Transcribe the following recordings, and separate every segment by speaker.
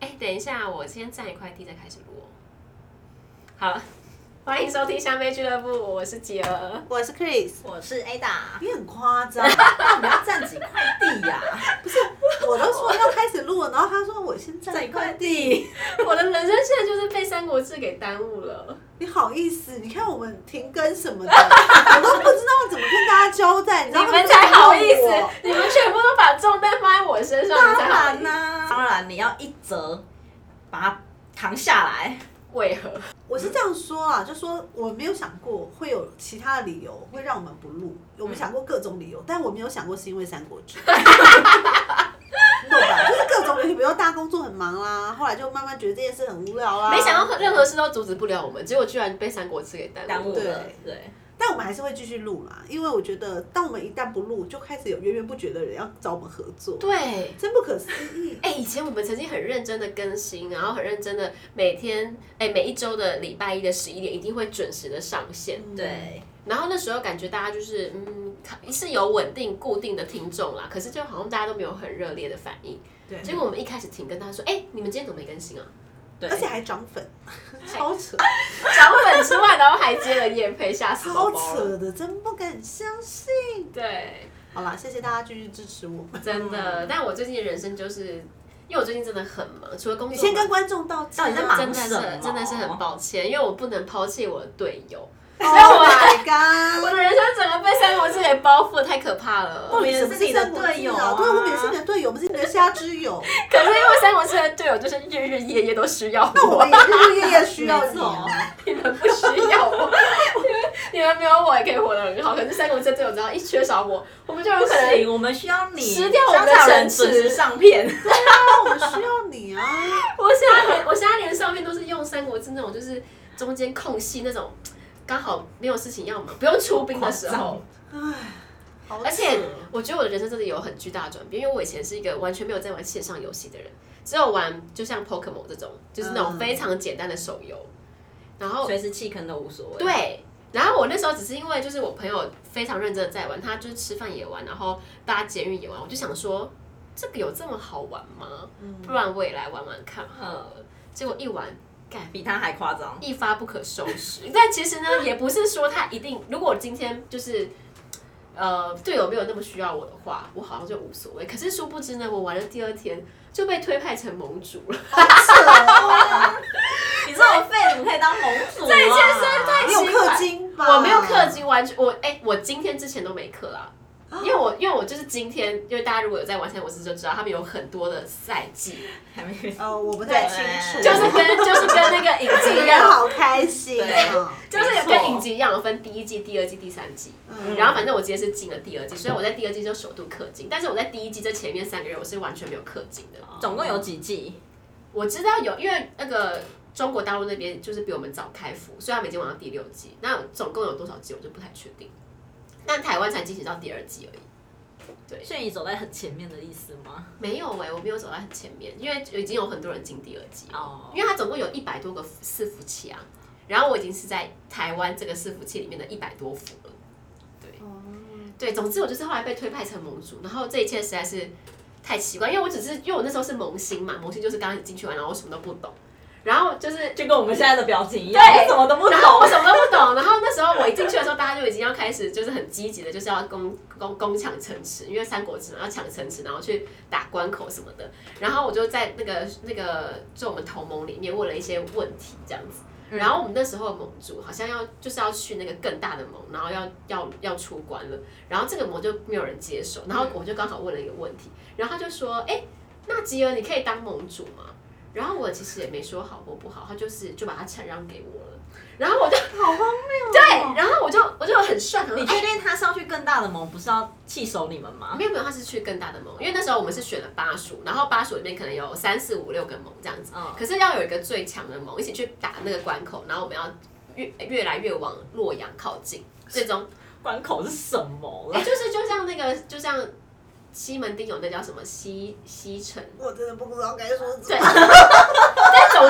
Speaker 1: 哎、等一下，我先占一块地再开始录哦。好，欢迎收听香妹俱乐部，我是吉儿。
Speaker 2: 我是 Chris，
Speaker 3: 我是 Ada，
Speaker 2: 你很夸张，那我们要占几块 地呀、不是，我都说要开始录了，然后他说我先占一块 地，
Speaker 1: 我的人生现在就是被《三国志》给耽误了。
Speaker 2: 你好意思？你看我们停更什么的，我都不知道怎么跟大家交代，你知
Speaker 1: 你
Speaker 2: 道
Speaker 1: 们才好意思
Speaker 2: 他们，
Speaker 1: 你们全部都把重担放在我身上，
Speaker 2: 怎么问我啊
Speaker 1: 你才好意思。
Speaker 2: 当然啦、
Speaker 3: 当然你要一折把它扛下来，
Speaker 1: 为何？
Speaker 2: 我是这样说啊，就说我没有想过会有其他的理由会让我们不录，我
Speaker 1: 嗯
Speaker 2: 们想过各种理由，但我没有想过是因为《三国 志》。你懂吧？就是各种理由，比如说大家工作很忙啦，后来就慢慢觉得这件事很无聊啦。啊
Speaker 1: 没想到任何事都阻止不了我们，结果居然被《三国志》给耽
Speaker 3: 耽
Speaker 1: 误
Speaker 3: 误
Speaker 1: 了。
Speaker 3: 了
Speaker 2: 对。
Speaker 3: 对，
Speaker 2: 但我们还是会继续录啦，因为我觉得，当我们一旦不录，就开始有源源不绝的人要找我们合作，
Speaker 1: 对，
Speaker 2: 真不可思议。
Speaker 1: 哎、以前我们曾经很认真的更新，然后很认真的每天，哎、每一周的礼拜一的十一点一定会准时的上线。
Speaker 3: 对，
Speaker 1: 然后那时候感觉大家就是，嗯，是有稳定固定的听众啦，可是就好像大家都没有很热烈的反应。
Speaker 2: 对
Speaker 1: 结果我们一开始停，跟他说，哎、你们今天怎么没更新 啊？
Speaker 3: 对，
Speaker 2: 而且还涨粉，超扯，
Speaker 1: 涨粉之外，然后还接了夜配，吓死宝
Speaker 2: 超
Speaker 1: 宝了。
Speaker 2: 扯的，真不敢相信。
Speaker 1: 对，
Speaker 2: 好啦，谢谢大家继续支持我们。
Speaker 1: 真
Speaker 2: 嗯
Speaker 1: 的。但我最近的人生就是，因为我最近真的很忙，除了工作
Speaker 2: 你
Speaker 1: 忙，
Speaker 2: 先跟观众道歉
Speaker 3: 到
Speaker 2: 啊，
Speaker 3: 底在忙
Speaker 1: 真的是
Speaker 3: 什么
Speaker 1: 真的是很抱歉，因为我不能抛弃我的队友。
Speaker 2: ？Oh my
Speaker 1: 我
Speaker 2: god！
Speaker 1: 的人生整个被三国志给包覆，太可怕了。
Speaker 3: 我
Speaker 2: 我们
Speaker 3: 们也是你的队友啊
Speaker 2: 对，我们也是你的队友，我们是你的虾之友。
Speaker 1: 可是因为三国志的队友就是日日夜夜都需要
Speaker 2: 那我
Speaker 1: 我
Speaker 2: 们，也日日夜 夜需要你啊。
Speaker 1: 你们不需要我， 你们没有我也可以活得很好。可是三国志的队友只要一缺少我，我们就有
Speaker 3: 不
Speaker 1: 可能。
Speaker 3: 行，我们需要你，
Speaker 1: 撕掉我们的
Speaker 3: 香草
Speaker 1: 城
Speaker 3: 人
Speaker 1: 池
Speaker 3: 准时上片，
Speaker 2: 那我们需要你啊。
Speaker 1: 我现在连我现在连上面都是用三国志那种，就是中间空隙那种，刚好没有事情要忙，不用出兵的时
Speaker 3: 夸
Speaker 1: 候
Speaker 3: 张。啊
Speaker 2: 唉，好
Speaker 1: 而且
Speaker 2: 扯
Speaker 1: 我觉得我的人生真的有很巨大的转变，因为我以前是一个完全没有在玩线上游戏的人，只有玩就像 Pokemon 这种，就是那种
Speaker 2: 嗯
Speaker 1: 非常简单的手游。然后
Speaker 3: 随时弃坑都无所谓。，
Speaker 1: 对，然后我那时候只是因为就是我朋友非常认真的在玩，他就是吃饭也玩，然后搭捷运也玩，我就想说这个有这么好玩吗？不然我也来玩玩看好了。结果一玩，干
Speaker 3: 呃比他还夸张。
Speaker 1: 一发不可收拾。但其实呢，也不是说他一定，如果今天就是。呃，队友没有那么需要我的话，我好像就无所谓。可是殊不知呢，我玩了第二天就被推派成盟主了。
Speaker 3: 你说我废怎么可以当盟主啊？这
Speaker 1: 切
Speaker 3: 一
Speaker 1: 实在太
Speaker 2: 你有氪金吧？
Speaker 1: 我没有氪，金，完全我哎、我今天之前都没氪啦。因为
Speaker 3: 哦
Speaker 1: 我因为我就是今天，因为大家如果有在玩《三国志》就知道，他们有很多的赛 季，
Speaker 3: 还没
Speaker 2: 呃，我不太清楚，
Speaker 3: 对
Speaker 1: 就是啊跟就是跟那个影集一
Speaker 2: 这个
Speaker 1: 样，
Speaker 2: 好开心啊！
Speaker 1: 就是有
Speaker 3: 没
Speaker 1: 跟
Speaker 3: 错
Speaker 1: 影集一样有分第一季、第二季、第三季。
Speaker 2: 嗯
Speaker 1: 然后反正我今天是进了第二季，所以我在第二季就首度氪金，但是我在第一季这前面三个月我是完全没有氪金的。
Speaker 3: 总共有几季？
Speaker 1: 我知道有，因为那个中国大陆那边就是比我们早开服，所以他们已经玩到第六季。那总共有多少季我就不太确定，但台湾才进行到第二季而已。
Speaker 3: 所以你走在很前面的意思吗？
Speaker 1: 没有哎、我没有走在很前面，因为已经有很多人进第二季了，
Speaker 3: 哦，
Speaker 1: 因为它总共有一百多个伺服器啊，然后我已经是在台湾这个伺服器里面的一百多服了。
Speaker 2: 嗯
Speaker 1: 对，总之我就是后来被推派成盟主，然后这一切实在是太奇怪，因为我只是因为我那时候是萌新嘛，萌新就是刚刚进去玩，然后我什么都不懂，然后就是
Speaker 3: 就跟我们现在的表情一样，
Speaker 1: 对
Speaker 3: 我什么都不
Speaker 1: 然后
Speaker 3: 懂
Speaker 1: 我。什么都不懂，然后那时候我一进去的时候，大家就已经要开始就是很积极的，就是要攻攻攻抢城池，因为三国志嘛要抢城池，然后去打关口什么的。然后我就在那个那个就我们同盟里面问了一些问题这样子。
Speaker 3: 嗯
Speaker 1: 然后我们那时候的盟主好像要就是要去那个更大的盟，然后要要要出关了，然后这个盟就没有人接手，然后我就刚好问了一个问题，然后他就说，哎，那吉儿你可以当盟主吗？然后我其实也没说好或不好，他就是就把它禅让给我了，然后我就
Speaker 2: 好荒谬。哦
Speaker 1: 对，然后我就我就很帅，很
Speaker 3: 你确定他是要去更大的盟，不是要弃守你们吗？
Speaker 1: 哎没有没有，他是去更大的盟，因为那时候我们是选了八署，然后八署里面可能有三四五六个盟这样子，
Speaker 3: 嗯
Speaker 1: 可是要有一个最强的盟一起去打那个关口，然后我们要越越来越往洛阳靠近，最终
Speaker 3: 关口是什 么
Speaker 1: 哎
Speaker 3: 啦？
Speaker 1: 就是就像那个就像西门町有那叫什么西西城，
Speaker 2: 我真的不知道该说什
Speaker 1: 对，
Speaker 2: 么。
Speaker 1: 但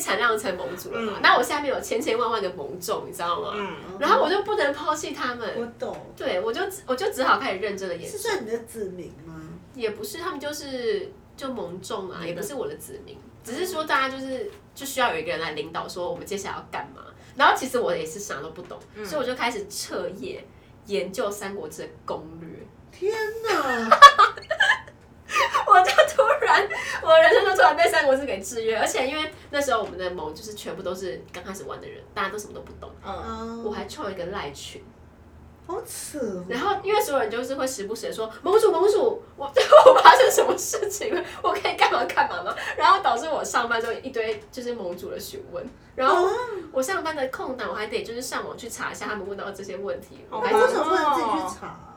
Speaker 1: 产量成盟主了嘛，那我下面有千千万万个盟众，你知道吗？
Speaker 3: 嗯，
Speaker 1: 然后我就不能抛弃他们，
Speaker 2: 我懂，
Speaker 1: 对我就只我就只好开始认真的演
Speaker 2: 是
Speaker 1: 戏，
Speaker 2: 算你的子民吗？
Speaker 1: 也不是他们就是就盟众啊，
Speaker 3: 嗯
Speaker 1: 也不是我的子民，只是说大家就是就需要有一个人来领导，说我们接下来要干嘛。然后其实我也是啥都不懂，所以我就开始彻夜研究《三国志》的攻略。
Speaker 2: 天哪！
Speaker 1: 我就突然，我人生就突然被三国志给制约，而且因为那时候我们的盟就是全部都是刚开始玩的人，大家都什么都不懂，
Speaker 3: 嗯，
Speaker 2: 嗯
Speaker 1: 我还创了一个赖群，
Speaker 2: 好扯哦，
Speaker 1: 然后因为所有人就是会时不时的说盟主盟主，我 我发生什么事情了，我可以干嘛干嘛吗？然后导致我上班就一堆就是盟主的询问，然后我上班的空档我还得就是上网去查一下他们问到的这些问题，我
Speaker 3: 好
Speaker 2: 我
Speaker 1: 还
Speaker 3: 忙
Speaker 2: 为
Speaker 1: 真
Speaker 2: 什
Speaker 1: 的哦
Speaker 2: 么不能自己去查啊？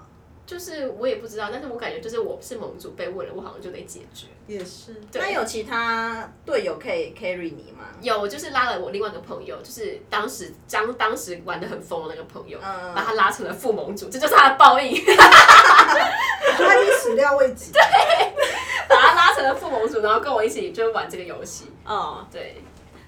Speaker 1: 就是我也不知道，但是我感觉就是我是盟主被问了，我好像就得解决。
Speaker 2: 也是，
Speaker 1: 对
Speaker 3: 那有其他队友可以 carry 你吗？
Speaker 1: 有，我就是拉了我另外一个朋友，就是当时当当时玩的很疯的那个朋友，
Speaker 3: 嗯
Speaker 1: 把他拉成了副盟主，这就是他的报应，
Speaker 2: 我觉得他已经始料未及。
Speaker 1: 把他拉成了副盟主，然后跟我一起就玩这个游戏。
Speaker 3: 哦，
Speaker 1: 对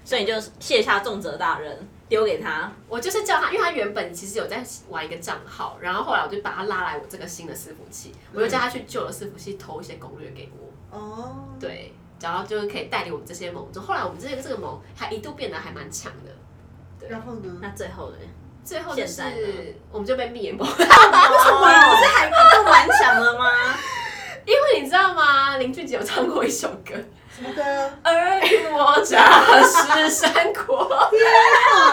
Speaker 3: 所以你就卸下重责大任，丢给他。
Speaker 1: 我就是叫他，因为他原本其实有在玩一个账号，然后后来我就把他拉来我这个新的伺服器，我就叫他去旧的伺服器投一些攻略给我，
Speaker 2: 哦，
Speaker 1: 对，然后就是可以带领我们这些盟主。后来我们这个这个盟还一度变得还蛮强的，
Speaker 2: 然后呢？
Speaker 1: 嗯
Speaker 3: 那最后呢？
Speaker 1: 最后就
Speaker 3: 现在呢
Speaker 1: 是我们就被灭 盟。
Speaker 3: 我们不是还不够顽强了吗？
Speaker 1: 因为你知道吗？林俊杰有唱过一首歌，
Speaker 2: 什么歌？
Speaker 1: 尔虞我诈是三国，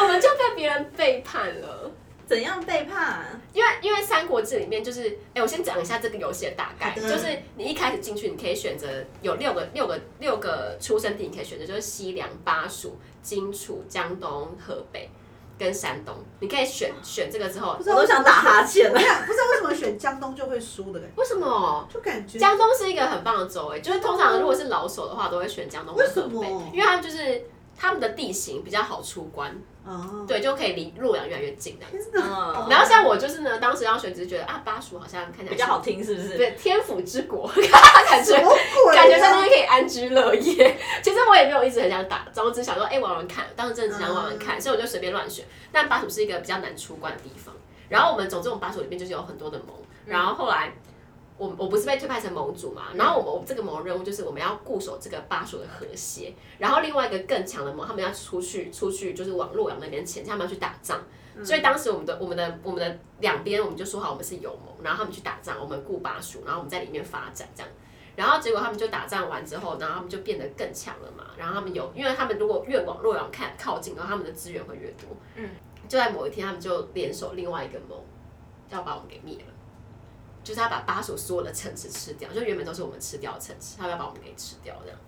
Speaker 1: 我们就被别人背叛了。
Speaker 3: 怎样背叛？
Speaker 1: 因为因为《三国志》里面就是，哎、我先讲一下这个游戏的大概，
Speaker 2: 好的
Speaker 1: 就是你一开始进去，你可以选择有六个六个六个出生地，你可以选择就是西凉、巴蜀、荆楚、江东、河北跟山东，你可以选选这个之后
Speaker 2: 不，知
Speaker 3: 我
Speaker 2: 道
Speaker 3: 都想打哈欠了
Speaker 2: 我。想不知道为什么选江东就会输的感觉，
Speaker 1: 为什么？
Speaker 2: 就感觉
Speaker 1: 江东是一个很棒的州诶、就是通常如果是老手的话，都会选江东或
Speaker 2: 为什
Speaker 1: 河北
Speaker 2: 么，
Speaker 1: 因为他们就是他们的地形比较好出关，
Speaker 2: 哦，
Speaker 1: 对，就可以离洛阳越来越近的。
Speaker 2: 天哪！
Speaker 3: 嗯
Speaker 1: 然后像我就是呢，当时要选，只是觉得啊，巴蜀好像看起来
Speaker 3: 比较好，听，是不是？
Speaker 1: 对，天府之国， 感觉
Speaker 2: 什么鬼啊？
Speaker 1: 感觉在那边可以安居乐业。其实我也没有一直很想打，然后只是想说，哎、玩玩看。当时真的只想玩玩看，所以我就随便乱选。但巴蜀是一个比较难出关的地方。然后我们总之我们巴蜀里面就是有很多的盟，然后后来。我我不是被推派成盟主嘛，然后我们我们这个盟任务就是我们要固守这个巴蜀的和谐，然后另外一个更强的盟，他们要出去出去就是往洛阳那边前进，他们要去打仗，所以当时我们的我们的我们的两边我们就说好我们是友盟，然后他们去打仗，我们顾巴蜀，然后我们在里面发展这样。然后结果他们就打仗完之后，然后他们就变得更强了嘛。然后他们有，因为他们如果越往洛阳看靠近，然后他们的资源会越多。
Speaker 3: 嗯，
Speaker 1: 就在某一天，他们就联手另外一个盟，要把我们给灭了。就是他把巴蜀所有的城池吃掉，就原本都是我们吃掉的城池，他要把我们给吃掉这样。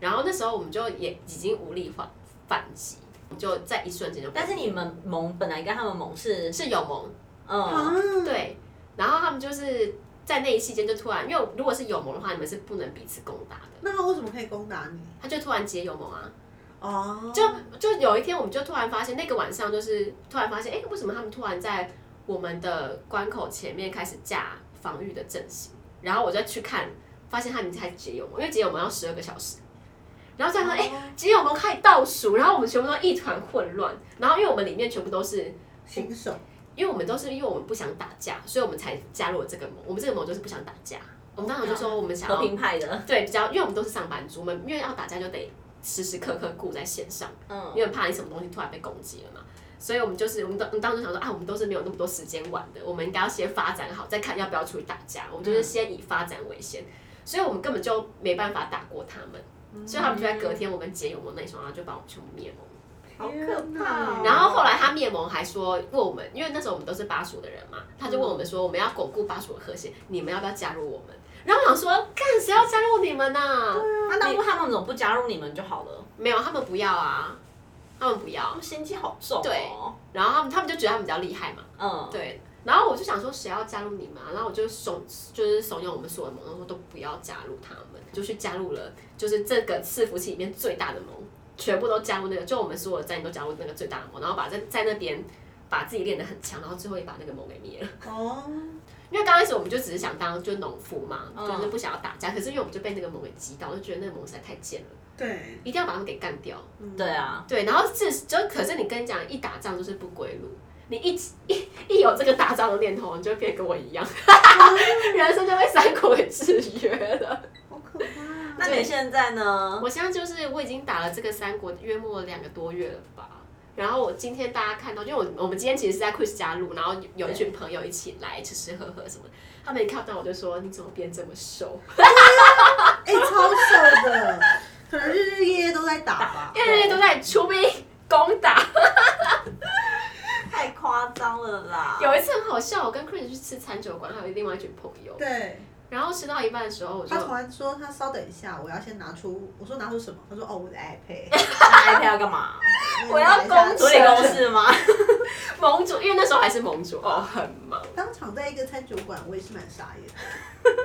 Speaker 1: 然后那时候我们就也已经无力反反击，就在一瞬间就被
Speaker 3: 但是你们盟本来跟他们盟是，
Speaker 1: 是有盟，
Speaker 2: 啊
Speaker 3: 嗯，，
Speaker 1: 对，然后他们就是在那一期间就突然，因为如果是有盟的话，你们是不能彼此攻打的，
Speaker 2: 那他为什么可以攻打你？
Speaker 1: 他就突然结有盟啊。
Speaker 2: 哦，
Speaker 1: 就就有一天，我们就突然发现，那个晚上就是突然发现，哎、为什么他们突然在我们的关口前面开始架防御的阵型？然后我就去看，发现他们才解友盟，因为解友盟要十二个小时。然后再说，哎、
Speaker 3: 哦
Speaker 1: 解友盟开始倒数，然后我们全部都一团混乱。然后因为我们里面全部都是，
Speaker 2: 新手
Speaker 1: 因为我们都是因为我们不想打架，所以我们才加入了这个盟。我们这个盟就是不想打架。我们当时就说我们想
Speaker 3: 和
Speaker 1: 要
Speaker 3: 平派的，
Speaker 1: 对比较，因为我们都是上班族，我们因为要打架就得时时刻刻顾在线上。
Speaker 3: 嗯，
Speaker 1: 因为怕你什么东西突然被攻击了嘛。所以我们就是，我们当我们当时想说啊，我们都是没有那么多时间玩的，我们应该要先发展好，再看要不要出去打架。我们就是先以发展为先，所以我们根本就没办法打过他
Speaker 2: 嗯
Speaker 1: 们，所以他们就在隔天我跟杰友盟那一双，然后就把我们全部灭盟。
Speaker 3: 好可怕哦
Speaker 1: 然后后来他灭盟还说问我们，因为那时候我们都是巴蜀的人嘛，他就问我们说我们要巩固巴蜀的和谐，你们要不要加入我们？然后我想说，干谁要加入你们啊呐、
Speaker 3: 啊那当初他们怎么不加入你们就好了？
Speaker 1: 没有，他们不要啊，他们不
Speaker 3: 他
Speaker 1: 要。
Speaker 3: 们心机好重
Speaker 1: 对
Speaker 3: 哦。
Speaker 1: 然后他们他们就觉得他们比较厉害嘛。
Speaker 3: 嗯，
Speaker 1: 对，然后我就想说谁要加入你们、啊，然后我就怂，就是怂恿我们所有的盟，然后都不要加入他们，就去加入了，就是这个伺服器里面最大的盟，全部都加入那个，就我们所有的战役都加入那个最大的盟，然后把在在那边把自己练得很强，然后最后也把那个盟给灭了。
Speaker 2: 哦，
Speaker 1: 因为刚开始我们就只是想当就农夫嘛，
Speaker 3: 嗯
Speaker 1: 就是不想要打架。可是因为我们就被那个魔给击倒，就觉得那个魔实在太贱了，
Speaker 2: 对，
Speaker 1: 一定要把他们给干掉。
Speaker 2: 嗯
Speaker 3: 对，啊，
Speaker 1: 对，然后这就可是你跟你讲，一打仗就是不归路。你一一一有这个打仗的念头，你就会变得跟我一样， 人生就被三国给制约了。
Speaker 2: 好可怕啊。
Speaker 3: 那你现在呢？
Speaker 1: 我现在就是我已经打了这个三国约莫两个多月了吧。然后我今天大家看到，因为我我们今天其实是在 Quiz 家录，然后有有一群朋友一起来吃吃喝喝什么的，他们一看到我就说你怎么变这么瘦？
Speaker 2: 哎、超瘦的，可能日日夜夜都在打吧。
Speaker 1: 因为人家都在出兵攻打。
Speaker 3: 太夸张了
Speaker 2: 嗯
Speaker 3: 啦！
Speaker 1: 有一次很好笑，我跟 Chris 去吃餐酒馆，还有另外一群朋友，
Speaker 2: 对，
Speaker 1: 然后吃到一半的时候，我就
Speaker 2: 他突然说他稍等一下，我要先拿出，我说拿出什么？他说哦，我的 iPad，
Speaker 3: 那 iPad 要干嘛？
Speaker 1: 我要公
Speaker 3: 处
Speaker 1: 主
Speaker 3: 理公事吗？
Speaker 1: 盟主，因为那时候还是盟主哦，很忙。
Speaker 2: 当场在一个餐酒馆，我也是蛮傻眼的。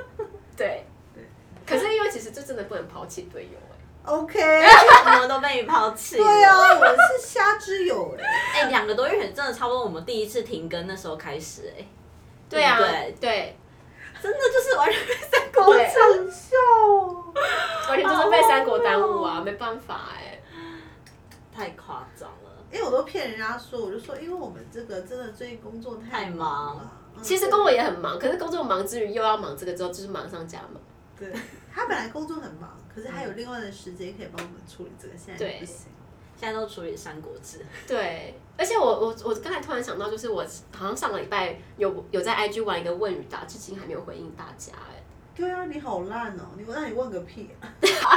Speaker 1: 对
Speaker 2: 对，
Speaker 1: 可是因为其实这真的不能抛弃队友哎、
Speaker 2: OK，
Speaker 3: 我们都被你抛弃。
Speaker 2: 对，啊，我是瞎之友嘞。
Speaker 3: 哎、两个多月前真的差不多，我们第一次停更那时候开始、哎
Speaker 1: 对啊，
Speaker 3: 对
Speaker 1: 对，
Speaker 3: 哎，真的就是完全被三
Speaker 1: 对
Speaker 3: 公主
Speaker 2: 想笑哦，
Speaker 1: 完全就是被三国耽误啊，没办法哎、
Speaker 3: 太夸张了。
Speaker 2: 因为我都骗人家说，我就说因为我们这个真的最近工作太
Speaker 3: 太
Speaker 2: 了
Speaker 3: 忙。
Speaker 2: 嗯
Speaker 1: 其实工 作也很忙，可是工作忙之余又要忙这个之后，就是忙上加忙。
Speaker 2: 对，他本来工作很忙，可是他有另外的时间可以帮我们处理这个，现在
Speaker 1: 嗯对
Speaker 2: 不行。
Speaker 3: 现在都处理《三国志》，
Speaker 1: 对，而且我我我刚才突然想到，就是我好像上个礼拜有有在 IG 玩一个问与答，至今还没有回应大家哎、
Speaker 2: 对啊，你好烂哦！你那你问个屁、啊！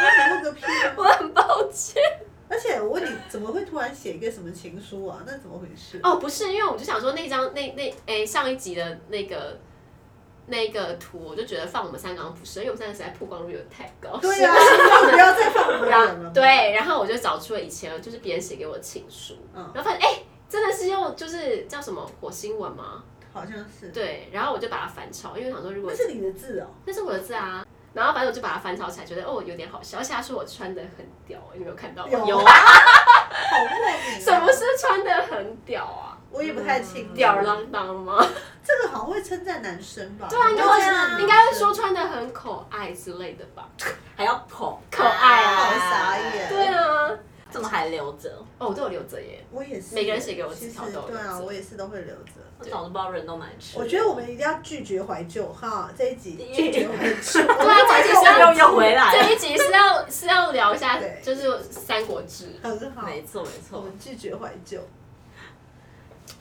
Speaker 2: 那你问个屁、啊！
Speaker 1: 我很抱歉
Speaker 2: 而且我问你，怎么会突然写一个什么情书啊？那怎么回事？
Speaker 1: 哦，不是，因为我就想说那张那那哎、上一集的那个那个图，我就觉得放我们三个好像不是，因为我们三个实在曝光率有点太高，
Speaker 2: 对啊，你不要再放我
Speaker 1: 然
Speaker 2: 人
Speaker 1: 后
Speaker 2: 了。，
Speaker 1: 哦对，然后我就找出了以前就是别人写给我的情书，
Speaker 2: 嗯
Speaker 1: 然后发现哎、真的是用就是叫什么火星文吗？
Speaker 2: 好像是。，
Speaker 1: 对，然后我就把它翻抄，因为我想说如果
Speaker 2: 那是你的字哦。
Speaker 1: 那是我的字啊，然后反正我就把它翻抄起来，觉得哦有点好笑，而且他说我穿的很屌，你哦没有看到吗？
Speaker 2: 有
Speaker 3: 有
Speaker 2: 啊， 好莫名、啊。
Speaker 1: 什么？是穿的很屌啊？
Speaker 2: 我也不太清楚。
Speaker 1: 吊儿郎当吗？
Speaker 2: 这个好像会称赞男生吧？
Speaker 1: 对啊，应该
Speaker 3: 会
Speaker 2: 称
Speaker 1: 会
Speaker 2: 赞男生
Speaker 1: 应该会说。穿的很可爱之类的吧？
Speaker 3: 还要捧，
Speaker 1: 可爱啊
Speaker 2: 好傻眼
Speaker 1: 对啊，
Speaker 3: 怎么还留着？
Speaker 1: 哦，我都有留着耶。
Speaker 2: 我也是。
Speaker 1: 每个人写给我的
Speaker 2: 其实
Speaker 1: 条都有
Speaker 2: 对啊，
Speaker 1: 字
Speaker 2: 我也是都会留着。
Speaker 3: 我早就不知道人都哪里去了。
Speaker 2: 我觉得我们一定要拒绝怀旧哈，这一集
Speaker 3: 一
Speaker 2: 拒绝怀旧。
Speaker 1: 对啊，这一集
Speaker 3: 又
Speaker 1: 是要
Speaker 3: 又又回来了
Speaker 1: 这一集是要 是要聊一下
Speaker 2: 对，
Speaker 1: 就是《三国志
Speaker 2: 很好，
Speaker 3: 没错没
Speaker 2: 我
Speaker 3: 错，
Speaker 2: 们拒绝怀旧。》。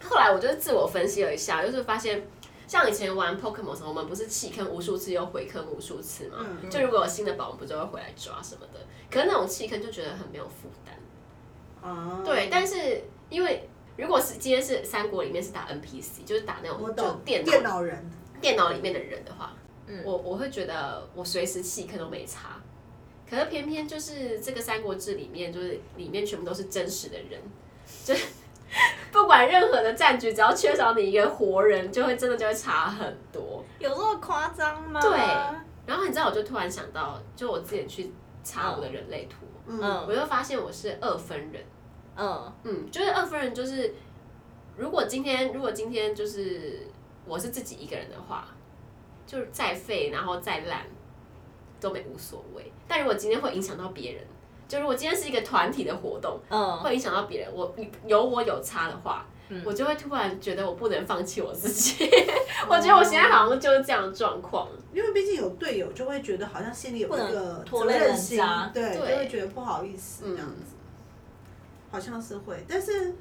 Speaker 1: 后来我就是自我分析了一下，就是发现。像以前玩 Pokemon 什么，我们不是弃坑无数次又回坑无数次嘛？
Speaker 2: 嗯
Speaker 1: 就如果有新的宝，我们不就会回来抓什么的。可是那种弃坑就觉得很没有负担。
Speaker 2: 啊，
Speaker 1: 对，但是因为如果是今天是三国里面是打 NPC，就是打那
Speaker 2: 我
Speaker 1: 种就
Speaker 2: 懂
Speaker 1: 电脑
Speaker 2: 电脑人，
Speaker 1: 电脑里面的人的话，
Speaker 3: 嗯
Speaker 1: 我我会觉得我随时弃坑都没差。可是偏偏就是这个《三国志》里面，就是里面全部都是真实的人， 就是不管任何的战局，只要缺少你一个活人，就会真的就会差很多。
Speaker 3: 有这么夸张吗？
Speaker 1: 对然后你知道，我就突然想到，就我自己去查我的人类图，
Speaker 2: 嗯，
Speaker 3: 嗯
Speaker 1: 我就发现我是二分人。
Speaker 3: 嗯，
Speaker 1: 嗯，就是二分人，就是如果今天如果今天就是我是自己一个人的话，就是再废然后再烂都没无所谓。但如果今天会影响到别人，就如果今天是一个团体的活动，
Speaker 3: 嗯，
Speaker 1: 会影响到别人，我有我有差的话，
Speaker 3: 嗯
Speaker 1: 我就会突然觉得我不能放弃我自 己。我觉得我现在好像就是这样的状况。
Speaker 2: 因为毕竟有队友，就会觉得好像心里有一
Speaker 3: 不
Speaker 2: 个
Speaker 3: 能拖
Speaker 2: 责
Speaker 3: 累
Speaker 2: 任
Speaker 3: 人
Speaker 2: 心
Speaker 3: 家，
Speaker 2: 对，就
Speaker 1: 对
Speaker 2: 会觉得不好意思
Speaker 1: 嗯
Speaker 2: 这样子，好像是会，但是。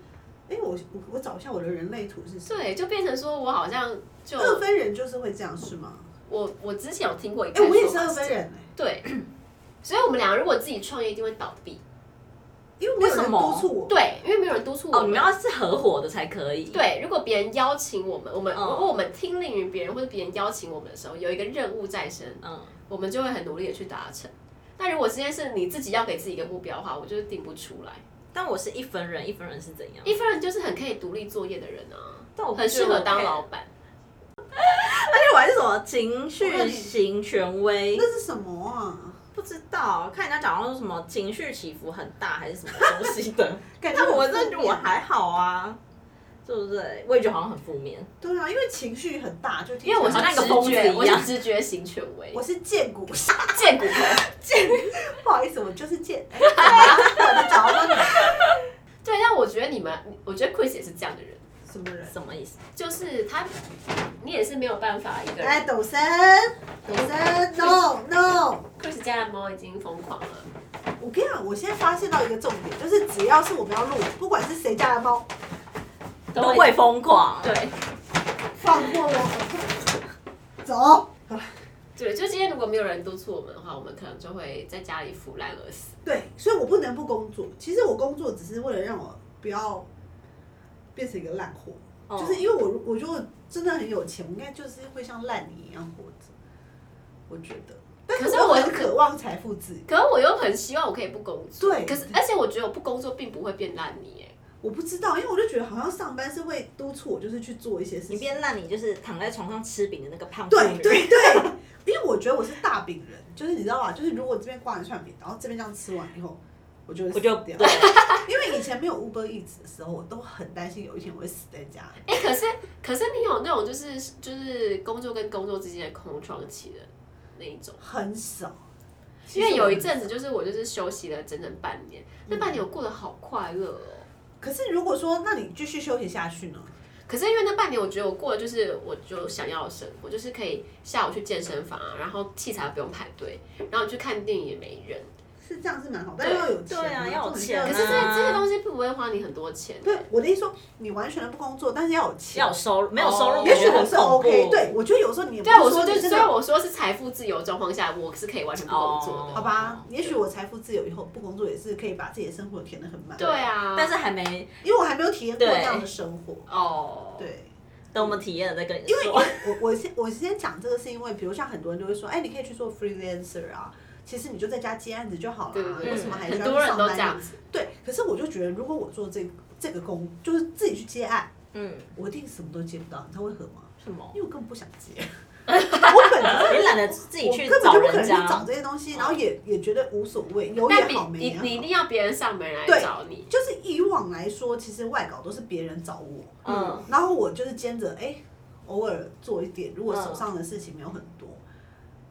Speaker 2: 哎，我我我找一下我的人类图是什么？
Speaker 1: 对，就变成说我好像就
Speaker 2: 二分人就是会这样是吗？
Speaker 1: 我我之前有听过一个，
Speaker 2: 哎，我也是二分，人哎，
Speaker 1: 对。所以我们两个如果自己创业一定会倒闭，
Speaker 2: 因为没有
Speaker 3: 为
Speaker 2: 人
Speaker 3: 什么
Speaker 2: 督促我，
Speaker 1: 对，因为没有人督促我
Speaker 3: 哦，
Speaker 1: 们。
Speaker 3: 你们要是合伙的才可以。，
Speaker 1: 对，如果别人邀请我们，我们、
Speaker 3: 嗯
Speaker 1: 如果我们听令于别人或者别人邀请我们的时候，有一个任务在身，
Speaker 3: 嗯，
Speaker 1: 我们就会很努力的去达成。那如果今天是你自己要给自己一个目标的话，我就是定不出来。
Speaker 3: 但我是一分人，一分人是怎样？
Speaker 1: 一分人就是很可以独立作业的人啊，
Speaker 3: 但哦我不
Speaker 1: 很适
Speaker 3: 觉
Speaker 1: 合
Speaker 3: 得
Speaker 1: 当
Speaker 3: 我
Speaker 1: 老板。
Speaker 3: 而且我还是什么情
Speaker 2: 我看
Speaker 3: 绪
Speaker 2: 你
Speaker 3: 型权威，
Speaker 2: 那是什么啊？
Speaker 3: 不知道看人家讲到说什么情绪起伏很大还是什么东西的，
Speaker 2: 感觉
Speaker 3: 但我
Speaker 2: 很负
Speaker 3: 这
Speaker 2: 面
Speaker 3: 我还好啊。对不对？我也觉得好像很负面。
Speaker 2: 对啊，因为情绪很大，就听起
Speaker 1: 因为我是
Speaker 3: 好像一个疯
Speaker 1: 直
Speaker 3: 子一
Speaker 1: 觉，
Speaker 3: 样
Speaker 1: 我是直觉型权威
Speaker 2: 我，是贱骨，
Speaker 1: 贱骨头。
Speaker 2: 不好意思，我就是贱，哎怎么了我就找到你
Speaker 1: 对，但我觉得你们，我觉得 Chris 也是这样的人，
Speaker 2: 什么 人？
Speaker 3: 什么意思？
Speaker 1: 就是他，你也是没有办法一个
Speaker 2: 哎，
Speaker 1: 人。
Speaker 2: 抖森，抖森，no no！
Speaker 1: Chris 家的猫已经疯狂了，
Speaker 2: 我跟你讲，我现在发现到一个重点，就是只要是我们要录，不管是谁家的猫，
Speaker 1: 都
Speaker 3: 都会疯狂。
Speaker 1: 对
Speaker 2: 放过我，走。
Speaker 1: 对，就今天如果没有人督促我们的话，我们可能就会在家里腐烂而死。
Speaker 2: 对，所以我不能不工作。其实我工作只是为了让我不要变成一个烂货，
Speaker 3: 哦
Speaker 2: 就是因为我如我如果真的很有钱，我应该就是会像烂泥一样活着。我觉得，但
Speaker 1: 可是
Speaker 2: 我
Speaker 1: 我
Speaker 2: 很渴望财富自由，
Speaker 1: 可是我又很希望我可以不工作，
Speaker 2: 对
Speaker 1: 可是而且我觉得我不工作并不会变烂泥、哎，
Speaker 2: 我不知道，因为我就觉得好像上班是会督促我，就是去做一些事
Speaker 3: 你
Speaker 2: 情。
Speaker 3: 变烂，你就是躺在床上吃饼的那个胖妇
Speaker 2: 对
Speaker 3: 女。
Speaker 2: 对对，因为我觉得我是大饼人，就是你知道吧？就是如果这边挂一串饼，然后这边这样吃完以后，我就会
Speaker 3: 我
Speaker 2: 死
Speaker 3: 就
Speaker 2: 掉。
Speaker 3: 对，
Speaker 2: 因为以前没有 Uber Eats 的时候，我都很担心有一天我会死在家里。
Speaker 1: 哎、可是可是你有那种就是就是工作跟工作之间的空窗期的那一种。
Speaker 2: 很少，
Speaker 1: 因为有一阵子，就是我就是休息了整整半年，
Speaker 2: 嗯
Speaker 1: 那半年我过得好快乐哦。
Speaker 2: 可是如果说，那你继续休息下去呢？
Speaker 1: 可是因为那半年，我觉得我过的就是我就想要的生活，就是可以下午去健身房啊，然后器材不用排队，然后去看电影也没人。
Speaker 2: 是这样是蛮好，但
Speaker 1: 对
Speaker 2: 要有钱、
Speaker 3: 对啊要有
Speaker 2: 这种
Speaker 3: 钱啊
Speaker 1: 可
Speaker 2: 就是
Speaker 1: 这这些东西并不会花你很多钱。
Speaker 2: 对我的意思说，你完全不工作，但是要有钱
Speaker 3: 要。有收入，没有收入，
Speaker 1: 哦
Speaker 2: 也许我
Speaker 3: 很
Speaker 2: 是
Speaker 3: 恐怖
Speaker 2: OK，对我觉得有时候你也不
Speaker 1: 对啊，
Speaker 2: 是
Speaker 1: 我说
Speaker 2: 你
Speaker 1: 就是，
Speaker 2: 真
Speaker 1: 所
Speaker 2: 的
Speaker 1: 以我说是财富自由的状况下，我是可以完全不工作的。
Speaker 2: 好
Speaker 3: 哦
Speaker 2: 吧，也许我财富自由以后不工作也是可以把自己的生活填得很满。
Speaker 1: 对，啊，
Speaker 3: 但是还没
Speaker 2: 因为我还没有体验过
Speaker 3: 对
Speaker 2: 这样的生活。
Speaker 1: 哦，，
Speaker 2: 对，
Speaker 3: 等我们体验了再跟你
Speaker 2: 因为
Speaker 3: 说。
Speaker 2: 我我先我先讲这个是因为，比如像很多人就会说，哎，你可以去做 freelancer 啊，其实你就在家接案子就好了，啊
Speaker 1: 对对对，
Speaker 2: 为什么还需
Speaker 1: 很
Speaker 2: 要
Speaker 1: 多
Speaker 2: 去
Speaker 1: 人
Speaker 2: 上
Speaker 1: 都
Speaker 2: 班
Speaker 1: 这
Speaker 2: 呢
Speaker 1: 样？子。
Speaker 2: 对，可是我就觉得，如果我做这这个工，就是自己去接案，
Speaker 3: 嗯，
Speaker 2: 我一定什么都接不到，你知道为何吗？
Speaker 3: 什么
Speaker 2: 因？为我根本不想接， 我本 来
Speaker 3: 你懒得自己
Speaker 2: 我
Speaker 3: 去
Speaker 2: 根本
Speaker 3: 找
Speaker 2: 就不可能
Speaker 3: 人
Speaker 2: 去
Speaker 3: 家，
Speaker 2: 找这些东西，然后也也觉得无所谓，有
Speaker 1: 但
Speaker 2: 也
Speaker 1: 比
Speaker 2: 好没
Speaker 1: 你
Speaker 2: 也
Speaker 1: 你一
Speaker 2: 好。
Speaker 1: 定要别人上门来
Speaker 2: 对哦
Speaker 1: 找你，
Speaker 2: 就是以往来说，其实外稿都是别人找我，
Speaker 3: 嗯，
Speaker 2: 然后我就是兼着哎，偶尔做一点，如果手
Speaker 3: 嗯
Speaker 2: 上的事情没有很多，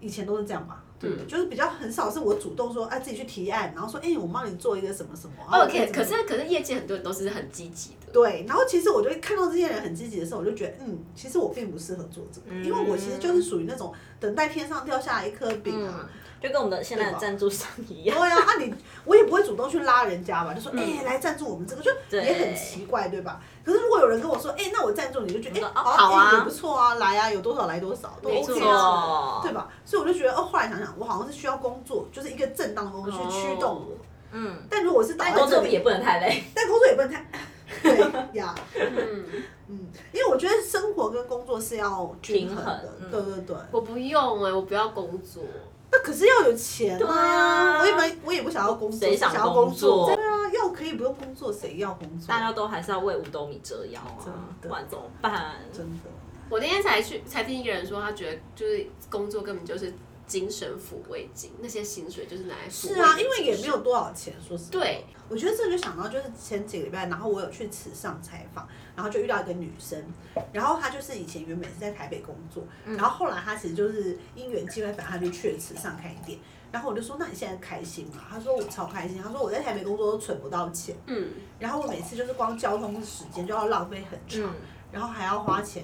Speaker 2: 以前都是这样吧。对不对，
Speaker 1: 嗯
Speaker 2: 就是比较很少是我主动说，哎、自己去提案，然后说，哎、我帮你做一个什么什么。然
Speaker 1: 哦，
Speaker 2: 后我
Speaker 1: 可
Speaker 2: 怎么
Speaker 1: 可是可是业界很多人都是很积极的，
Speaker 2: 对，然后其实我就会看到这些人很积极的时候，我就觉得，嗯，其实我并不适合做这个，
Speaker 3: 嗯
Speaker 2: 因为我其实就是属于那种等待天上掉下来一颗饼
Speaker 1: 嗯
Speaker 2: 啊。
Speaker 3: 就跟我们的现在的赞助商一样，
Speaker 2: 对呀、啊，你我也不会主动去拉人家吧，就说哎、来赞助我们这个，就
Speaker 3: 嗯对
Speaker 2: 也很奇怪，对吧？可是如果有人跟我说，哎、那我赞助你，就觉得
Speaker 3: 我
Speaker 2: 哎、
Speaker 3: 说哦
Speaker 2: 好
Speaker 3: 好啊
Speaker 2: 哎也不错啊，来啊，有多少来多少，都
Speaker 1: 没错
Speaker 2: OK 啊，对吧？所以我就觉得，哦，后来想想，我好像是需要工作，就是一个正当的工作去驱动我。
Speaker 3: 嗯，
Speaker 2: 但如果是倒
Speaker 3: 哦但
Speaker 2: 在
Speaker 3: 工
Speaker 2: 这
Speaker 3: 作
Speaker 2: 里
Speaker 3: 也不能太累，
Speaker 2: 但工作也不能太，对呀。
Speaker 1: 嗯。
Speaker 2: 嗯，因为我觉得生活跟工作是要均衡的，
Speaker 3: 平衡嗯
Speaker 2: 对对对。
Speaker 1: 我不用哎、我不要工作。
Speaker 2: 那可是要有钱
Speaker 3: 对
Speaker 2: 啊！
Speaker 3: 啊
Speaker 2: 我也没，我也不想要工作，
Speaker 3: 谁想
Speaker 2: 不要
Speaker 3: 工
Speaker 2: 工作？对
Speaker 3: 作
Speaker 2: 啊，要可以不用工作，谁要工作
Speaker 3: 大？家都还是要为五斗米折腰
Speaker 2: 真
Speaker 3: 啊，
Speaker 2: 的
Speaker 3: 不然怎么办？
Speaker 2: 真的，
Speaker 1: 我那天才去才听一个人说，他觉得就是工作根本就是精神抚慰金，那些薪水就是拿来抚慰。
Speaker 2: 是啊，因为也没有。多少钱，说实话。
Speaker 1: 对，
Speaker 2: 我觉得这就想到，就是前几个礼拜，然后我有去慈上采访，然后就遇到一个女生，然后她就是以前原本是在台北工作，
Speaker 3: 嗯
Speaker 2: 然后后来她其实就是因缘际会，反正她就去了慈上开店。然后我就说：“那你现在开心吗？”她说：“我超开心。”她说：“我在台北工作都存不到钱，
Speaker 1: 嗯，
Speaker 2: 然后我每次就是光交通时间就要浪费很长，
Speaker 3: 嗯，
Speaker 2: 然后还要花钱，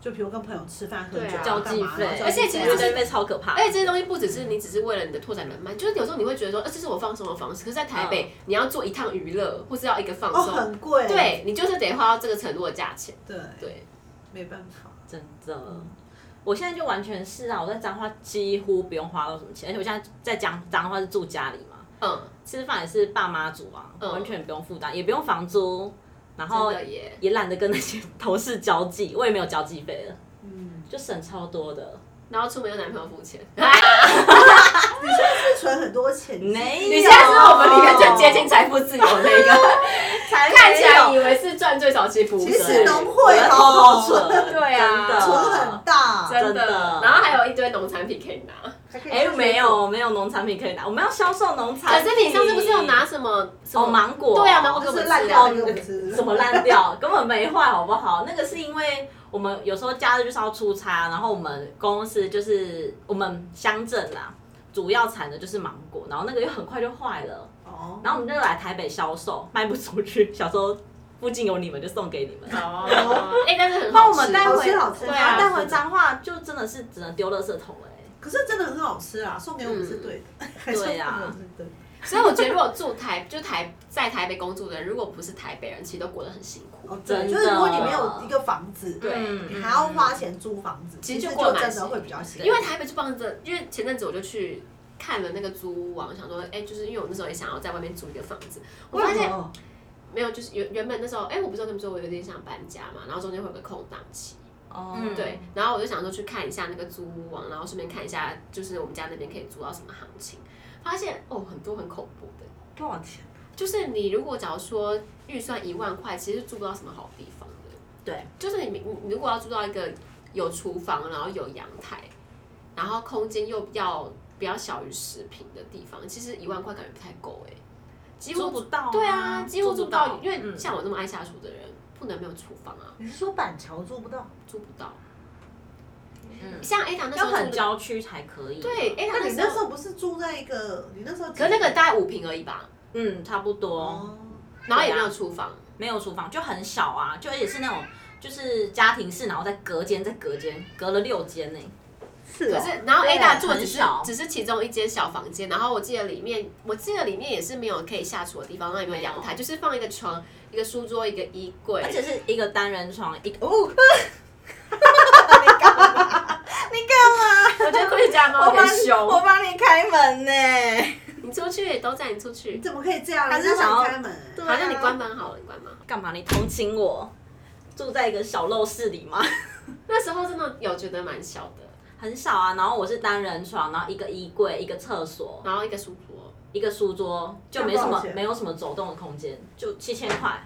Speaker 2: 就比如跟朋友吃饭、喝
Speaker 1: 对啊
Speaker 2: 酒、
Speaker 3: 交
Speaker 2: 干
Speaker 3: 际
Speaker 2: 嘛
Speaker 3: 费，
Speaker 2: 然后
Speaker 1: 而且其实
Speaker 2: 交
Speaker 3: 交
Speaker 2: 际
Speaker 1: 就是
Speaker 2: 费
Speaker 3: 际费超可怕，
Speaker 1: 而且哎这些东西不只是你只是为了你的拓展人脉，就是有时候你会觉得说，呃，这是我放松的方式。可是，在台北，你要做一趟娱乐或是要一个放
Speaker 2: 哦
Speaker 1: 松，
Speaker 2: 很贵，
Speaker 1: 对你就是得花到这个程度的价钱。
Speaker 2: 对，
Speaker 1: 对，
Speaker 2: 没办法，
Speaker 3: 真的。我现在就完全是啊，我在彰化几乎不用花到什么钱，而且我现在在彰彰化是住家里嘛，
Speaker 1: 嗯，
Speaker 3: 吃饭也是爸妈煮啊，
Speaker 1: 嗯
Speaker 3: 完全不用负担，也不用房租，然
Speaker 1: 真
Speaker 3: 后
Speaker 1: 的耶。
Speaker 3: 也懒得跟那些同事交际，我也没有交际费了，
Speaker 2: 嗯，
Speaker 3: 就省超多的。
Speaker 1: 然后出门有男朋友付钱，
Speaker 2: 是存很多钱，
Speaker 3: 没有
Speaker 1: 你现在是我们里面最接近财富自由的那个，
Speaker 3: 才
Speaker 1: 看起来以为是赚最少，其实不
Speaker 2: 其
Speaker 1: 是
Speaker 2: 实农会
Speaker 3: 我在
Speaker 2: 哦
Speaker 3: 偷偷存，
Speaker 1: 对啊
Speaker 3: 真的
Speaker 2: 存很大，
Speaker 1: 真
Speaker 3: 真的
Speaker 1: 然后还有一堆农产品可以拿，
Speaker 2: 还可以
Speaker 3: 哎、
Speaker 2: 吃水果
Speaker 3: 没有没有农产品可以拿，我们要销售农
Speaker 1: 可
Speaker 3: 产品。
Speaker 1: 是你上次不是有拿什么什
Speaker 3: 哦
Speaker 1: 么
Speaker 3: 芒果？
Speaker 1: 对啊芒果
Speaker 2: 就
Speaker 1: 给我
Speaker 2: 是
Speaker 1: 们
Speaker 2: 烂
Speaker 1: 吃
Speaker 2: 掉
Speaker 1: 哦
Speaker 2: 的给我们吃，
Speaker 3: 什么烂 掉，根本没坏，好不好？那个是因为我们有时候假日就是要出差，然后我们公司就是我们乡镇啦，主要产的就是芒果，然后那个又很快就坏了，
Speaker 2: 哦，
Speaker 3: 然后我们就来台北销售，卖不出去，小时候附近有你 们就送给你们。
Speaker 1: 哦，哎、但是很
Speaker 3: 帮
Speaker 1: 好
Speaker 3: 我
Speaker 1: 吃。
Speaker 3: 们带
Speaker 2: 好
Speaker 3: 回，
Speaker 2: 吃好吃
Speaker 3: 对
Speaker 1: 好
Speaker 3: 啊，
Speaker 1: 吃
Speaker 3: 带回彰化就真的是只能丢垃圾桶了欸
Speaker 2: 可是真的很好吃啊，送给我们是对的，还送给
Speaker 3: 对啊
Speaker 2: 我们是对的。
Speaker 1: 所以我觉得如果住台 就台在台北工作的人，如果不是台北人，其实都过得很辛苦。
Speaker 2: 哦，对，
Speaker 3: 真
Speaker 2: 就是如果你
Speaker 3: 的
Speaker 2: 没有一个房子，
Speaker 1: 对
Speaker 3: 嗯
Speaker 2: 你还要花钱租房子，
Speaker 1: 其实
Speaker 2: 实
Speaker 1: 就
Speaker 2: 就
Speaker 1: 过得蛮
Speaker 2: 真的
Speaker 1: 辛苦
Speaker 2: 会比较辛苦。
Speaker 1: 因为台北就帮着，因为前阵子我就去看了那个租屋网，想说，哎、就是因为我那时候也想要在外面租一个房子，我发现
Speaker 2: 哦
Speaker 1: 没有，就是原原本那时候，哎、我不是有跟你们说我有点想搬家嘛，然后中间会有个空档期，
Speaker 3: 哦嗯
Speaker 1: 对，然后我就想说去看一下那个租屋网，然后顺便看一下，就是我们家那边可以租到什么行情，发现哦，很多很恐怖的，
Speaker 3: 多少钱？
Speaker 1: 就是你如果假如说预算一万块，其实住不到什么好地方的。
Speaker 3: 对，
Speaker 1: 就是你你你如果要住到一个有厨房，然后有阳台，然后空间又要不要小于十平的地方，其实一万块感觉不太够哎、几
Speaker 3: 租
Speaker 1: 乎
Speaker 3: 不到、
Speaker 1: 对啊，几乎住不到，因为
Speaker 3: 嗯
Speaker 1: 像我这么爱下厨的人，不能没有厨房啊，
Speaker 2: 你是说板桥租不到？
Speaker 1: 住不到。
Speaker 3: 嗯
Speaker 1: 像 A 堂那时
Speaker 3: 要
Speaker 1: 候住
Speaker 3: 很
Speaker 1: 的
Speaker 3: 郊区才可以。
Speaker 1: 对 A 堂
Speaker 2: 那你
Speaker 1: 哎那
Speaker 2: 那
Speaker 1: 时
Speaker 2: 时
Speaker 1: 候，
Speaker 2: 候不是住在一个，你那时候
Speaker 1: 可是那个大概五平而已吧，
Speaker 3: 嗯，差不多。
Speaker 2: 哦，
Speaker 1: 然后也没有厨房，
Speaker 3: 没有厨房，就很小啊，就而且是那种就是家庭式，然后再隔间再隔间，隔了六间呢、
Speaker 2: 是
Speaker 1: 可
Speaker 2: 哦，
Speaker 1: 是，然后 A
Speaker 3: 对
Speaker 1: 大住的只
Speaker 3: 很
Speaker 1: 是
Speaker 3: 小
Speaker 1: 只是其中一间小房间，然后我记得里面，我记得里面也是没有可以下厨的地方，然后也没有阳台，就是放一个床、一个书桌、一个衣柜，
Speaker 3: 而且是一个单人床，一个
Speaker 2: 哦，
Speaker 1: 我觉得回家猫很凶，
Speaker 3: 帮你开门呢、
Speaker 1: 你出去都在你出去
Speaker 2: 你，怎么可以这样？
Speaker 3: 还是
Speaker 2: 人家帮你
Speaker 3: 想要
Speaker 2: 开门欸？
Speaker 3: 对啊
Speaker 1: 好像你关门好了，你关门好了。
Speaker 3: 干嘛？你同情我？住在一个小陋室里吗？
Speaker 1: 那时候真的有觉得蛮小的，
Speaker 3: 很小啊，然后我是单人床，然后一个衣柜，一个厕所，
Speaker 1: 然后一个书桌，
Speaker 3: 一个书桌，就没什
Speaker 2: 这样多
Speaker 3: 么
Speaker 2: 少钱
Speaker 3: 没有什么走动的空间，就七千块。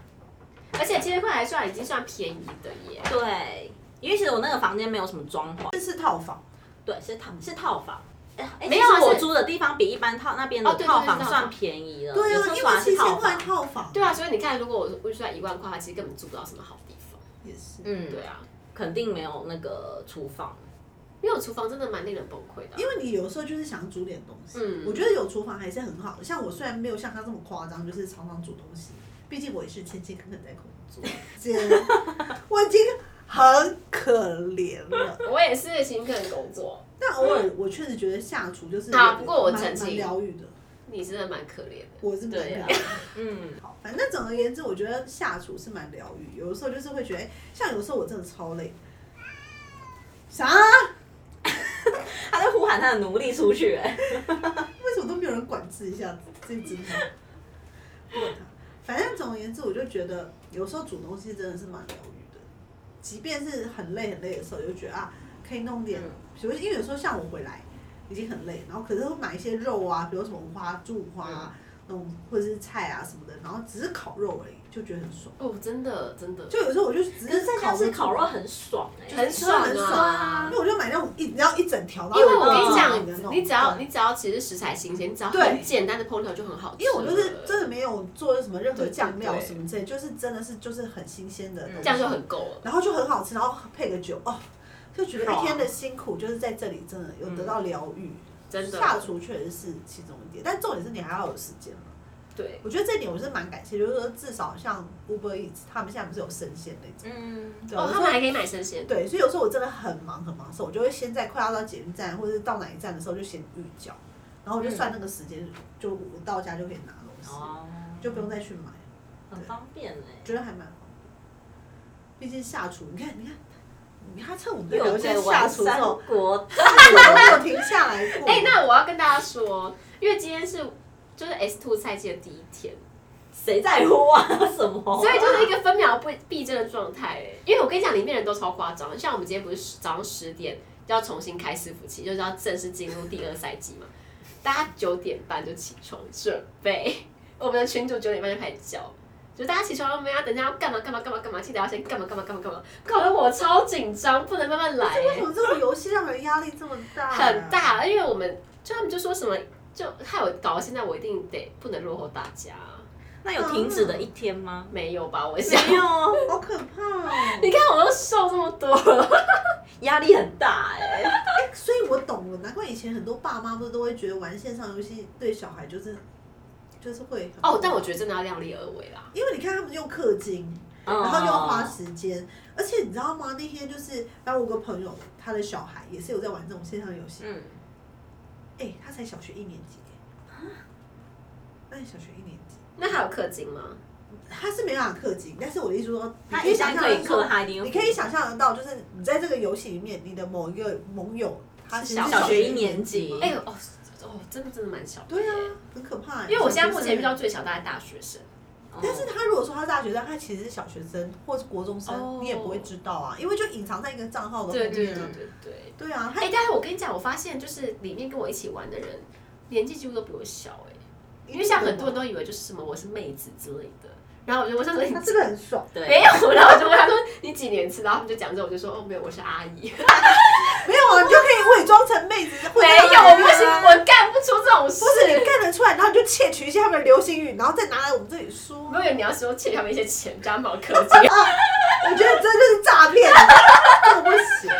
Speaker 1: 而且七千块还算已经算便宜的耶。
Speaker 3: 对，因为其实我那个房间没有什么装潢，
Speaker 2: 这是套房，
Speaker 3: 对，是套是套房。哎、哎
Speaker 1: 没有啊
Speaker 3: 其实我
Speaker 1: 是
Speaker 3: 住的地方比一般套那边的
Speaker 1: 哦对对
Speaker 3: 套
Speaker 1: 对
Speaker 3: 房
Speaker 1: 是套
Speaker 3: 算
Speaker 1: 房
Speaker 3: 便宜了，
Speaker 2: 对
Speaker 3: 有
Speaker 2: 啊，
Speaker 3: 时候
Speaker 2: 因
Speaker 3: 反
Speaker 2: 为
Speaker 3: 而是
Speaker 2: 七
Speaker 3: 套
Speaker 2: 千块
Speaker 3: 房。
Speaker 2: 套房
Speaker 1: 对啊，所以你看，如果我预算一万块的话，其实根本住不到什么好地方。
Speaker 2: 也是，
Speaker 3: 嗯，
Speaker 1: 对，啊，
Speaker 3: 肯定没有那个厨房。
Speaker 1: 没有厨房真的蛮令人崩溃的啊。
Speaker 2: 因为你有时候就是想煮点东西。
Speaker 1: 嗯
Speaker 2: 我觉得有厨房还是很好的，像我虽然没有像他这么夸张，就是常常煮东西，毕竟我也是勤勤恳恳在工作，这我已经很可怜了。
Speaker 1: 我也是勤恳工作，
Speaker 2: 但偶尔我确实觉得下厨就是
Speaker 1: 好啊不过我
Speaker 2: 蛮
Speaker 1: 澄清
Speaker 2: 蛮疗愈的，
Speaker 1: 你真的蛮可怜的。
Speaker 2: 我是蛮
Speaker 1: 对
Speaker 2: 疗
Speaker 1: 啊
Speaker 2: 愈的。
Speaker 3: 嗯，
Speaker 2: 好，反正总而言之，我觉得下厨是蛮疗愈。有的时候就是会觉得，哎像有的时候我真的超累。啥？
Speaker 3: 他在呼喊他的奴隶出去、哎，
Speaker 2: 为什么都没有人管制一下这只猫？不管它，反正总而言之，我就觉得有时候煮东西真的是蛮疗愈的，即便是很累很累的时候，就觉得啊，可以弄点
Speaker 3: 嗯，
Speaker 2: 比如因为有时候像我回来已经很累，然后可是会买一些肉啊，比如什么五花、猪五花、
Speaker 1: 嗯
Speaker 2: 啊、那种或者是菜啊什么的，然后只是烤肉而已，就觉得很爽。
Speaker 1: 哦，真的真的，
Speaker 2: 就有时候我就只
Speaker 3: 可是在家
Speaker 2: 烤
Speaker 3: 吃
Speaker 2: 个
Speaker 3: 烤肉很爽、哎，
Speaker 1: 很爽
Speaker 2: 很爽
Speaker 1: 啊
Speaker 2: 因。为我就买那种一，你知道一整条，然后
Speaker 1: 因为
Speaker 2: 有
Speaker 1: 我
Speaker 2: 那
Speaker 1: 跟
Speaker 2: 种
Speaker 1: 你
Speaker 2: 软的那
Speaker 1: 讲，
Speaker 2: 种
Speaker 1: 你只要
Speaker 2: 对
Speaker 1: 你只要其实食材新鲜，你只要
Speaker 2: 对
Speaker 1: 很简单的烹调就很好吃
Speaker 2: 因
Speaker 1: 了。
Speaker 2: 为我就是真的没有做什么任何
Speaker 1: 对对
Speaker 2: 酱料
Speaker 1: 对
Speaker 2: 什么之类，就是真的是就是很新鲜的东西，
Speaker 1: 这样就很够了。
Speaker 2: 然后就很好吃，然后配个酒哦，就觉得一
Speaker 3: 爽
Speaker 2: 天的辛苦就是在这里真的有得到疗愈。
Speaker 1: 嗯真的
Speaker 2: 下厨确实是其中一点，但重点是你还要有时间嘛。
Speaker 1: 对，
Speaker 2: 我觉得这一点我是蛮感谢，就是说至少像 Uber Eats 他们现在不是有生鲜那种，
Speaker 3: 嗯，
Speaker 2: 对啊
Speaker 1: 哦，
Speaker 2: 有时
Speaker 1: 他
Speaker 2: 候
Speaker 1: 们还可以买生鲜，
Speaker 2: 对，所以有时候我真的很忙很忙的时候，我就会先在快要到捷运站或者是到哪一站的时候就先预叫，然
Speaker 1: 嗯
Speaker 2: 后我就算那个时间，就我到家就可以拿东西，
Speaker 3: 哦，
Speaker 2: 就不用再去买。
Speaker 3: 很方便哎、
Speaker 2: 觉得还蛮好的。毕竟下厨，你看，你看，你看，趁我们在
Speaker 3: 又
Speaker 2: 聊一些下厨之
Speaker 3: 三
Speaker 2: 后，
Speaker 3: 国，
Speaker 2: 我都没有停下来过。
Speaker 1: 哎、那我要跟大家说，因为今天是就是 S Two 赛季的第一天，
Speaker 3: 谁在乎啊？ 什么？
Speaker 1: 所以就是一个分秒不必争的状态、哎因为我跟你讲，里面人都超夸张，像我们今天不是早上十点就要重新开伺服器，就是要正式进入第二赛季嘛，大家九点半就起床准备，我们的群主九点半就开始叫。就大家起床了没啊？等一下要干嘛干嘛干嘛干嘛，记得要先干嘛干嘛干嘛干嘛。搞得我超紧张，不能慢慢来、
Speaker 2: 为什么这种游戏让人压力这么大？
Speaker 1: 很。大，因为我们就他们就说什么，就害我搞到现在，我一定得不能落后大家。
Speaker 3: 那有停止的一天吗？
Speaker 1: 没有吧？我想，
Speaker 3: 没有，啊
Speaker 2: 好可怕哦！
Speaker 1: 你看我都瘦这么多了，
Speaker 3: 压力很大哎、
Speaker 2: 所以我懂了，难怪以前很多爸妈不是都会觉得玩线上游戏对小孩就是就是会很
Speaker 1: 哦，但我觉得真的要量力而为啦。
Speaker 2: 因为你看他们用氪金，
Speaker 3: 然
Speaker 2: 然后又花
Speaker 3: 哦
Speaker 1: 哦
Speaker 2: 时间，而且你知道吗？那天就是反正我有个朋友，他的小孩也是有在玩这种线上游戏，
Speaker 3: 嗯，
Speaker 2: 哎、他才小学一年级，
Speaker 1: 啊
Speaker 2: 那你小学一年级，
Speaker 1: 那还有氪金吗？
Speaker 2: 他是没办法氪金，但是我的意思说，你
Speaker 3: 他
Speaker 2: 可
Speaker 3: 一
Speaker 2: 以想
Speaker 3: 旦
Speaker 2: 象
Speaker 3: 可以
Speaker 2: 得
Speaker 3: 刻，
Speaker 2: 到，
Speaker 3: 他一定
Speaker 2: 你可以想象得到，就是你在这个游戏里面，你的某一个盟友，他其实
Speaker 1: 小
Speaker 2: 是
Speaker 1: 小
Speaker 3: 学
Speaker 2: 一
Speaker 3: 一年级
Speaker 2: 嘛
Speaker 1: 哎、呦哦哦，真的真的蛮小的。
Speaker 2: 对啊，很可怕、
Speaker 1: 因为我现在目前遇到
Speaker 2: 小学生。
Speaker 1: 最小大概大学生，
Speaker 2: 但是他如果说他是大学生，他其实是小学生或是国中生，
Speaker 1: 哦
Speaker 2: 你也不会知道啊，因为就隐藏在一个账号的后
Speaker 1: 对
Speaker 2: 面。
Speaker 1: 对对对对。
Speaker 2: 对啊，他
Speaker 1: 哎、但是我跟你讲，我发现就是里面跟我一起玩的人，年纪几乎都比我小哎、因为像很多人都以为就是什么我是妹子之类的，然后我就我想说你
Speaker 2: 他是不是很爽？
Speaker 3: 对，
Speaker 1: 没有，然后我就问他说你几年次，然后他们就讲这，我就说哦没有，我是阿 姨，
Speaker 2: 没有啊，你就可以伪装成妹子。
Speaker 1: 没有，我不行，我干不出这种事
Speaker 2: 不。是你干得出来，然后你就窃取一些他们的流行语，然后再拿来我们这里说。
Speaker 1: 我以为你要说欠他们一些钱，加毛科技，
Speaker 2: 我觉得这就是诈 骗，这个不行。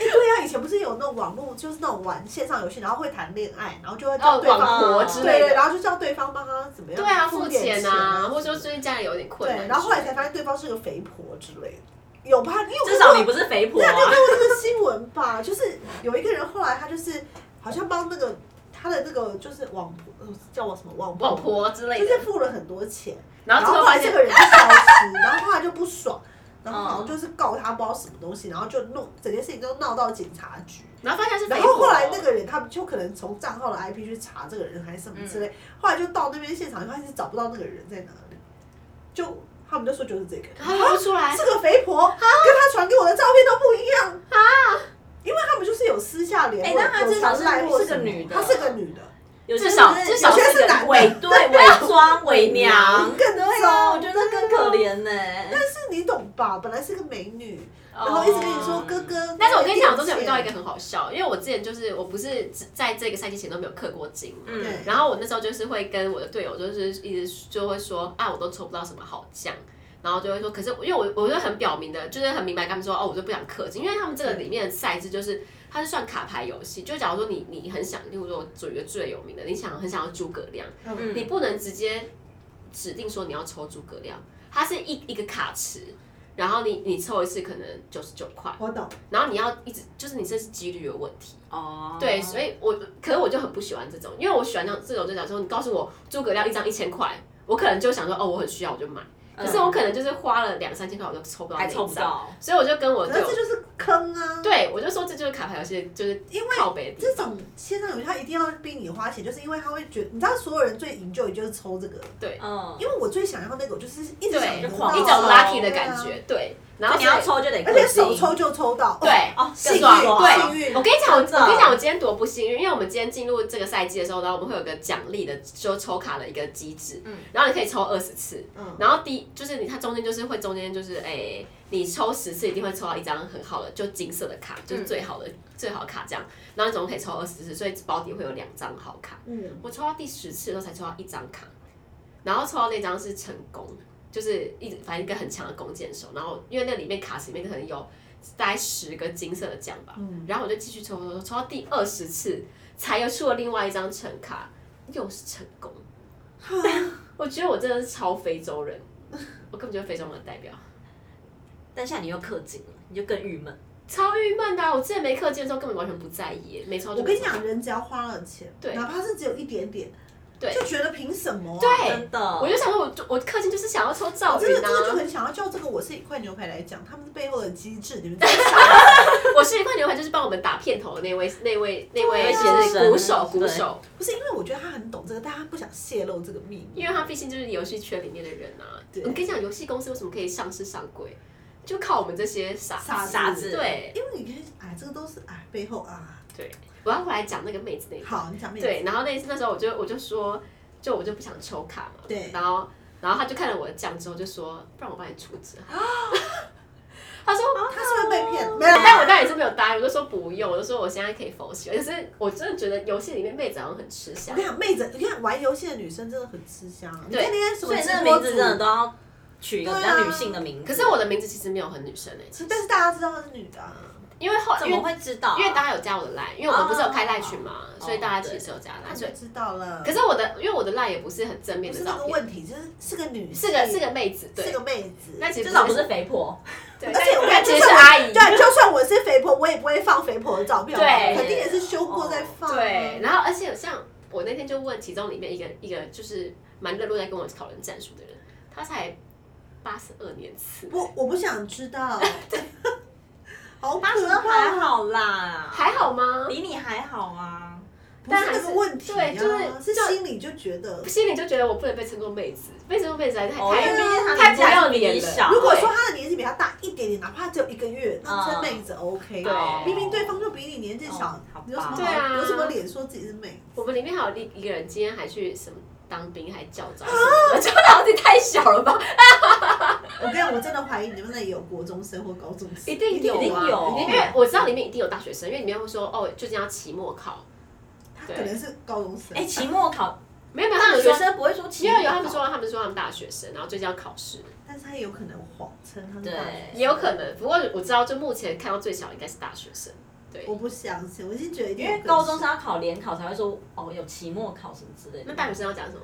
Speaker 2: 哎、对啊，以前不是有那种网络，就是那种玩线上游戏，然后会谈恋爱，然后就会叫
Speaker 1: 哦，
Speaker 2: 对
Speaker 1: 网
Speaker 2: 方，
Speaker 1: 婆之
Speaker 2: 对
Speaker 1: 类
Speaker 2: 对，
Speaker 1: 的。
Speaker 2: 然后就叫对方帮他怎么样，
Speaker 1: 对啊，
Speaker 2: 付
Speaker 1: 付
Speaker 2: 点
Speaker 1: 钱
Speaker 2: 钱
Speaker 1: 啊，或者说最近家里有点困
Speaker 2: 对，
Speaker 1: 难。
Speaker 2: 然后后来才发现对方是个肥婆之类的，有吧？你有
Speaker 3: 至少
Speaker 2: 看
Speaker 3: 你
Speaker 2: 过
Speaker 3: 不是肥婆
Speaker 2: 对啊，你有
Speaker 3: 啊
Speaker 2: 看。过这个新闻吧？就是有一个人后来他就是好像帮那个他的那个就是网婆呃叫我什么网
Speaker 1: 网婆之类
Speaker 2: 就是
Speaker 1: 的，
Speaker 2: 付了很多钱，
Speaker 1: 然后最
Speaker 2: 后
Speaker 1: 后发
Speaker 2: 来这
Speaker 1: 现
Speaker 2: 个人就消失，然后后来就不爽，然后好像就是告他不知道什么东西，然后就弄整件事情都闹到警察局。
Speaker 1: 然后发现是
Speaker 2: 然
Speaker 1: 肥
Speaker 2: 后后
Speaker 1: 婆
Speaker 2: 来那个人他们就可能从账号的 IP 去查这个人还是什么之类，后来就到那边现场，发现找不到那个人在哪里，就他们就说就是这个人，
Speaker 1: 他认不出来
Speaker 2: 这个肥婆跟他传给我的照片都不一样啊，因为他们就是有私下联
Speaker 3: 哎
Speaker 2: 络，
Speaker 3: 那她
Speaker 2: 有
Speaker 3: 至少
Speaker 2: 传
Speaker 3: 是
Speaker 2: 赖或
Speaker 3: 是个
Speaker 2: 什么
Speaker 3: 女的
Speaker 2: 她是个女的，
Speaker 3: 有些
Speaker 1: 至少
Speaker 3: 人
Speaker 1: 至少
Speaker 2: 有些是
Speaker 1: 个
Speaker 2: 男的
Speaker 3: 伪对伪装伪娘，
Speaker 2: 更
Speaker 3: 对啊，
Speaker 2: 糟
Speaker 3: 我觉得更可怜呢、
Speaker 2: 但是你懂吧？本来是个美女，然后一直跟你说
Speaker 1: 哦
Speaker 2: 哥哥。
Speaker 1: 但是我跟你讲，我
Speaker 2: 都
Speaker 1: 中间
Speaker 2: 想
Speaker 1: 有遇到一个，很好笑，因为我之前就是我不是只在这个赛季前都没有氪过金嘛，
Speaker 3: 嗯
Speaker 2: 对
Speaker 1: 然后我那时候就是会跟我的队友就是一直就会说啊，我都抽不到什么好将。然后就会说，可是因为我我就很表明的，就是很明白跟他们说，哦，我就不想氪金，因为他们这个里面的赛制就是它是算卡牌游戏，就假如说你你很想，例如说举一个最有名的，你想很想要诸葛亮，
Speaker 2: 嗯
Speaker 1: 你不能直接指定说你要抽诸葛亮，它是一一个卡池，然后你你抽一次可能九十九块，
Speaker 2: 我懂，
Speaker 1: 然后你要一直就是你这是几率有问题，
Speaker 3: 哦，
Speaker 1: 对，所以我可是我就很不喜欢这种，因为我喜欢这种这种就讲说你告诉我诸葛亮一张一千块，我可能就想说哦我很需要我就买，可是我可能就是花了两三千块我就抽不到那
Speaker 3: 还
Speaker 1: 一
Speaker 3: 抽不
Speaker 1: 张，
Speaker 3: 到，
Speaker 1: 所以我就跟我
Speaker 2: 可
Speaker 1: 队
Speaker 2: 是
Speaker 1: 友
Speaker 2: 这就是坑啊！
Speaker 1: 对我就说这就是卡牌游戏就是
Speaker 2: 因为
Speaker 1: 靠北的地
Speaker 2: 这
Speaker 1: 方
Speaker 2: 种线上游戏，他一定要逼你花钱，就是因为他会觉得，你知道，所有人最营救就是抽这个，
Speaker 1: 对
Speaker 3: 嗯，
Speaker 2: 因为我最想要那个，我就是一直
Speaker 1: 对
Speaker 2: 想得
Speaker 1: 一
Speaker 3: 就
Speaker 2: 到
Speaker 3: 狂
Speaker 1: 种
Speaker 3: 抽
Speaker 1: lucky 的感，觉，对，然
Speaker 3: 然
Speaker 1: 后
Speaker 3: 后你要
Speaker 1: 所以
Speaker 3: 抽就得
Speaker 2: 对啊而且
Speaker 3: 氪
Speaker 2: 手
Speaker 3: 金
Speaker 2: 抽就抽到，
Speaker 1: 对。
Speaker 3: 哦，
Speaker 2: 幸运
Speaker 3: 更爽
Speaker 2: 对幸运
Speaker 1: 我跟你讲，我
Speaker 3: 真的
Speaker 1: 我跟你讲，我今天多不幸运，因为我们今天进入这个赛季的时候呢，我们会有个奖励的，就抽卡的一个机制，
Speaker 3: 嗯
Speaker 1: 然后你可以抽二十次，
Speaker 2: 嗯，
Speaker 1: 然后第一就是你它中间就是会中间就是哎、你抽十次一定会抽到一张很好的，就金色的卡，
Speaker 2: 嗯
Speaker 1: 就是最好的、最好的卡这样，然后你总共可以抽二十次，所以保底会有两张好卡。
Speaker 2: 嗯，
Speaker 1: 我抽到第十次的时候才抽到一张卡，然后抽到那张是成功，就是一直反正一个很强的弓箭手，然后因为那里面卡池里面可能有大概十个金色的奖吧，
Speaker 2: 嗯
Speaker 1: 然后我就继续抽抽抽，抽到第二十次才又出了另外一张成卡，又是成功。我觉得我真的是超非洲人，我根本就是非洲人的代表，
Speaker 3: 但现在你又氪金了，你就更郁闷。
Speaker 1: 超郁闷的啊、我之前没课间的时候根本完全不在意，没抽就
Speaker 2: 我
Speaker 1: 没
Speaker 2: 跟你
Speaker 1: 抽
Speaker 2: 讲，人只要花了钱，
Speaker 1: 对
Speaker 2: 哪怕是只有一点点，
Speaker 1: 对
Speaker 2: 就觉得凭什么啊？
Speaker 1: 对
Speaker 3: 真的，
Speaker 1: 我就想说我就我课间就是想要抽赵
Speaker 2: 我真
Speaker 1: 云
Speaker 2: 的真的就
Speaker 1: 啊，
Speaker 2: 很想要叫这个我是一块牛排来讲，他们是背后的机制，你们在想。
Speaker 1: 我是一块牛排，就是帮我们打片头的那位那位那位
Speaker 2: 对啊
Speaker 1: 先生鼓手
Speaker 3: 对
Speaker 1: 鼓手，
Speaker 2: 不是因为我觉得他很懂这个，但他不想泄露这个秘密。
Speaker 1: 因为他毕竟就是游戏圈里面的人啊。
Speaker 2: 对
Speaker 1: 我跟你讲，游戏公司为什么可以上市上柜，就靠我们这些傻
Speaker 2: 傻子
Speaker 3: 傻子
Speaker 1: 对，
Speaker 2: 因为你看，哎，这个都是哎背后啊。
Speaker 1: 我要回来讲那个妹子那一段。
Speaker 2: 好，你讲妹子。
Speaker 1: 对，然后那一次那时候我就我就说，就我就不想抽卡嘛，
Speaker 2: 对
Speaker 1: 然后然后他就看了我的酱之后就说，不然我帮你出资。 他说
Speaker 2: 哦
Speaker 1: 啊
Speaker 2: 他是会被骗，没有，
Speaker 1: 哦但我当然也是没有答应，我就说不用，我就说我现在可以否洗。可是我真的觉得游戏里面妹子好像很吃
Speaker 2: 我
Speaker 1: 香
Speaker 2: 跟，你讲，妹子，你看玩游戏的女生真的很吃香。啊你
Speaker 1: 对
Speaker 2: 看那些什
Speaker 3: 所
Speaker 2: 么
Speaker 3: 以
Speaker 2: 直
Speaker 3: 这
Speaker 2: 播
Speaker 3: 个名字
Speaker 2: 主
Speaker 3: 真的都要取一个比
Speaker 2: 对
Speaker 3: 较
Speaker 2: 啊
Speaker 3: 女性的名字。
Speaker 1: 可是我的名字其实没有很女生哎、欸，
Speaker 2: 但是大家知道她是女的、啊，
Speaker 1: 因为后
Speaker 3: 怎
Speaker 1: 因
Speaker 3: 么
Speaker 1: 为
Speaker 3: 会知道啊、
Speaker 1: 因为大家有加我的 line，因为我们不是有开 line 群嘛，
Speaker 3: 哦
Speaker 1: 所以大家
Speaker 3: 对
Speaker 1: 其实有加
Speaker 2: 那
Speaker 1: line，
Speaker 2: 你
Speaker 1: 所
Speaker 2: 就
Speaker 1: 以
Speaker 2: 知道了。
Speaker 1: 可是我的因为我的 line 也不是很正面
Speaker 2: 不
Speaker 1: 的
Speaker 2: 是
Speaker 1: 照
Speaker 2: 那个
Speaker 1: 片，
Speaker 2: 问题，就是是个女
Speaker 1: 啊是
Speaker 2: 性，
Speaker 1: 个是个妹子，对
Speaker 2: 是，个妹子。
Speaker 1: 那其实
Speaker 3: 至少不是肥婆，
Speaker 2: 啊
Speaker 1: 对，
Speaker 2: 而且我
Speaker 1: 但
Speaker 2: 看
Speaker 1: 其实是阿姨，
Speaker 2: 对，啊就算我是肥婆，我也不会放肥婆的照片，好不好
Speaker 3: 对
Speaker 2: 肯定也是修过再放、啊
Speaker 1: 哦对，，然后而且像我那天就问其中里面一个一个就是蛮热络在跟我讨论战术的人，他才八十二年次，
Speaker 2: 不，我不想知道。 好
Speaker 3: 八
Speaker 2: 可
Speaker 3: 十二还
Speaker 2: 怕，
Speaker 3: 好啦，
Speaker 1: 还好吗？
Speaker 3: 比你还好啊。
Speaker 2: 不是那个问题、啊，
Speaker 1: 但还是对就是
Speaker 2: 是
Speaker 1: 就
Speaker 2: 心里就觉得，
Speaker 1: 心里就觉得我不能被称作妹子，被称作妹子还是太
Speaker 3: 哦因为毕
Speaker 2: 啊
Speaker 1: 太
Speaker 3: 竟他
Speaker 1: 太
Speaker 3: 年
Speaker 1: 不
Speaker 3: 纪还
Speaker 1: 要
Speaker 3: 是比
Speaker 1: 脸
Speaker 3: 你
Speaker 1: 了。
Speaker 3: 小
Speaker 2: 如果
Speaker 1: 对
Speaker 2: 说他的年纪比他大一点点，哪怕只有一个月，那
Speaker 3: 啊嗯
Speaker 2: 称妹子 OK。
Speaker 1: 对
Speaker 2: 明明对方就比你年纪小
Speaker 3: 哦好吧，
Speaker 2: 你有什么
Speaker 1: 对啊
Speaker 2: 好有什么脸说自己是妹？
Speaker 1: 我们里面还有一一个人今天还去什么当兵还教招什么的，就 脑子太小了吧？
Speaker 2: 我跟你讲，我真的怀疑你们那里有国中生或高中生，
Speaker 1: 一定有啊，
Speaker 3: 一定有
Speaker 1: 因为我知道里面一定有大学生，因为里面会说哦，最近要期末考，
Speaker 2: 他
Speaker 1: 对
Speaker 2: 可能是高中生。
Speaker 3: 哎、期末考，
Speaker 1: 没 有没有，他
Speaker 3: 大
Speaker 1: 们
Speaker 3: 学
Speaker 1: 说
Speaker 3: 生不会说期
Speaker 1: 因
Speaker 3: 末考，
Speaker 1: 为有他们说他们说他们大学生，然后最近要考试，
Speaker 2: 但是他也有可能谎称他是大学生
Speaker 3: 对
Speaker 1: 也有可。能。不过我知道，就目前看到最小应该是大学生，对。
Speaker 2: 我不相信，我已经觉得一定
Speaker 3: 因
Speaker 2: 有
Speaker 3: 为
Speaker 2: 更
Speaker 3: 高中
Speaker 2: 小
Speaker 3: 生要考联考才会说哦有期末考什么之类的。
Speaker 1: 那大学生要讲什么？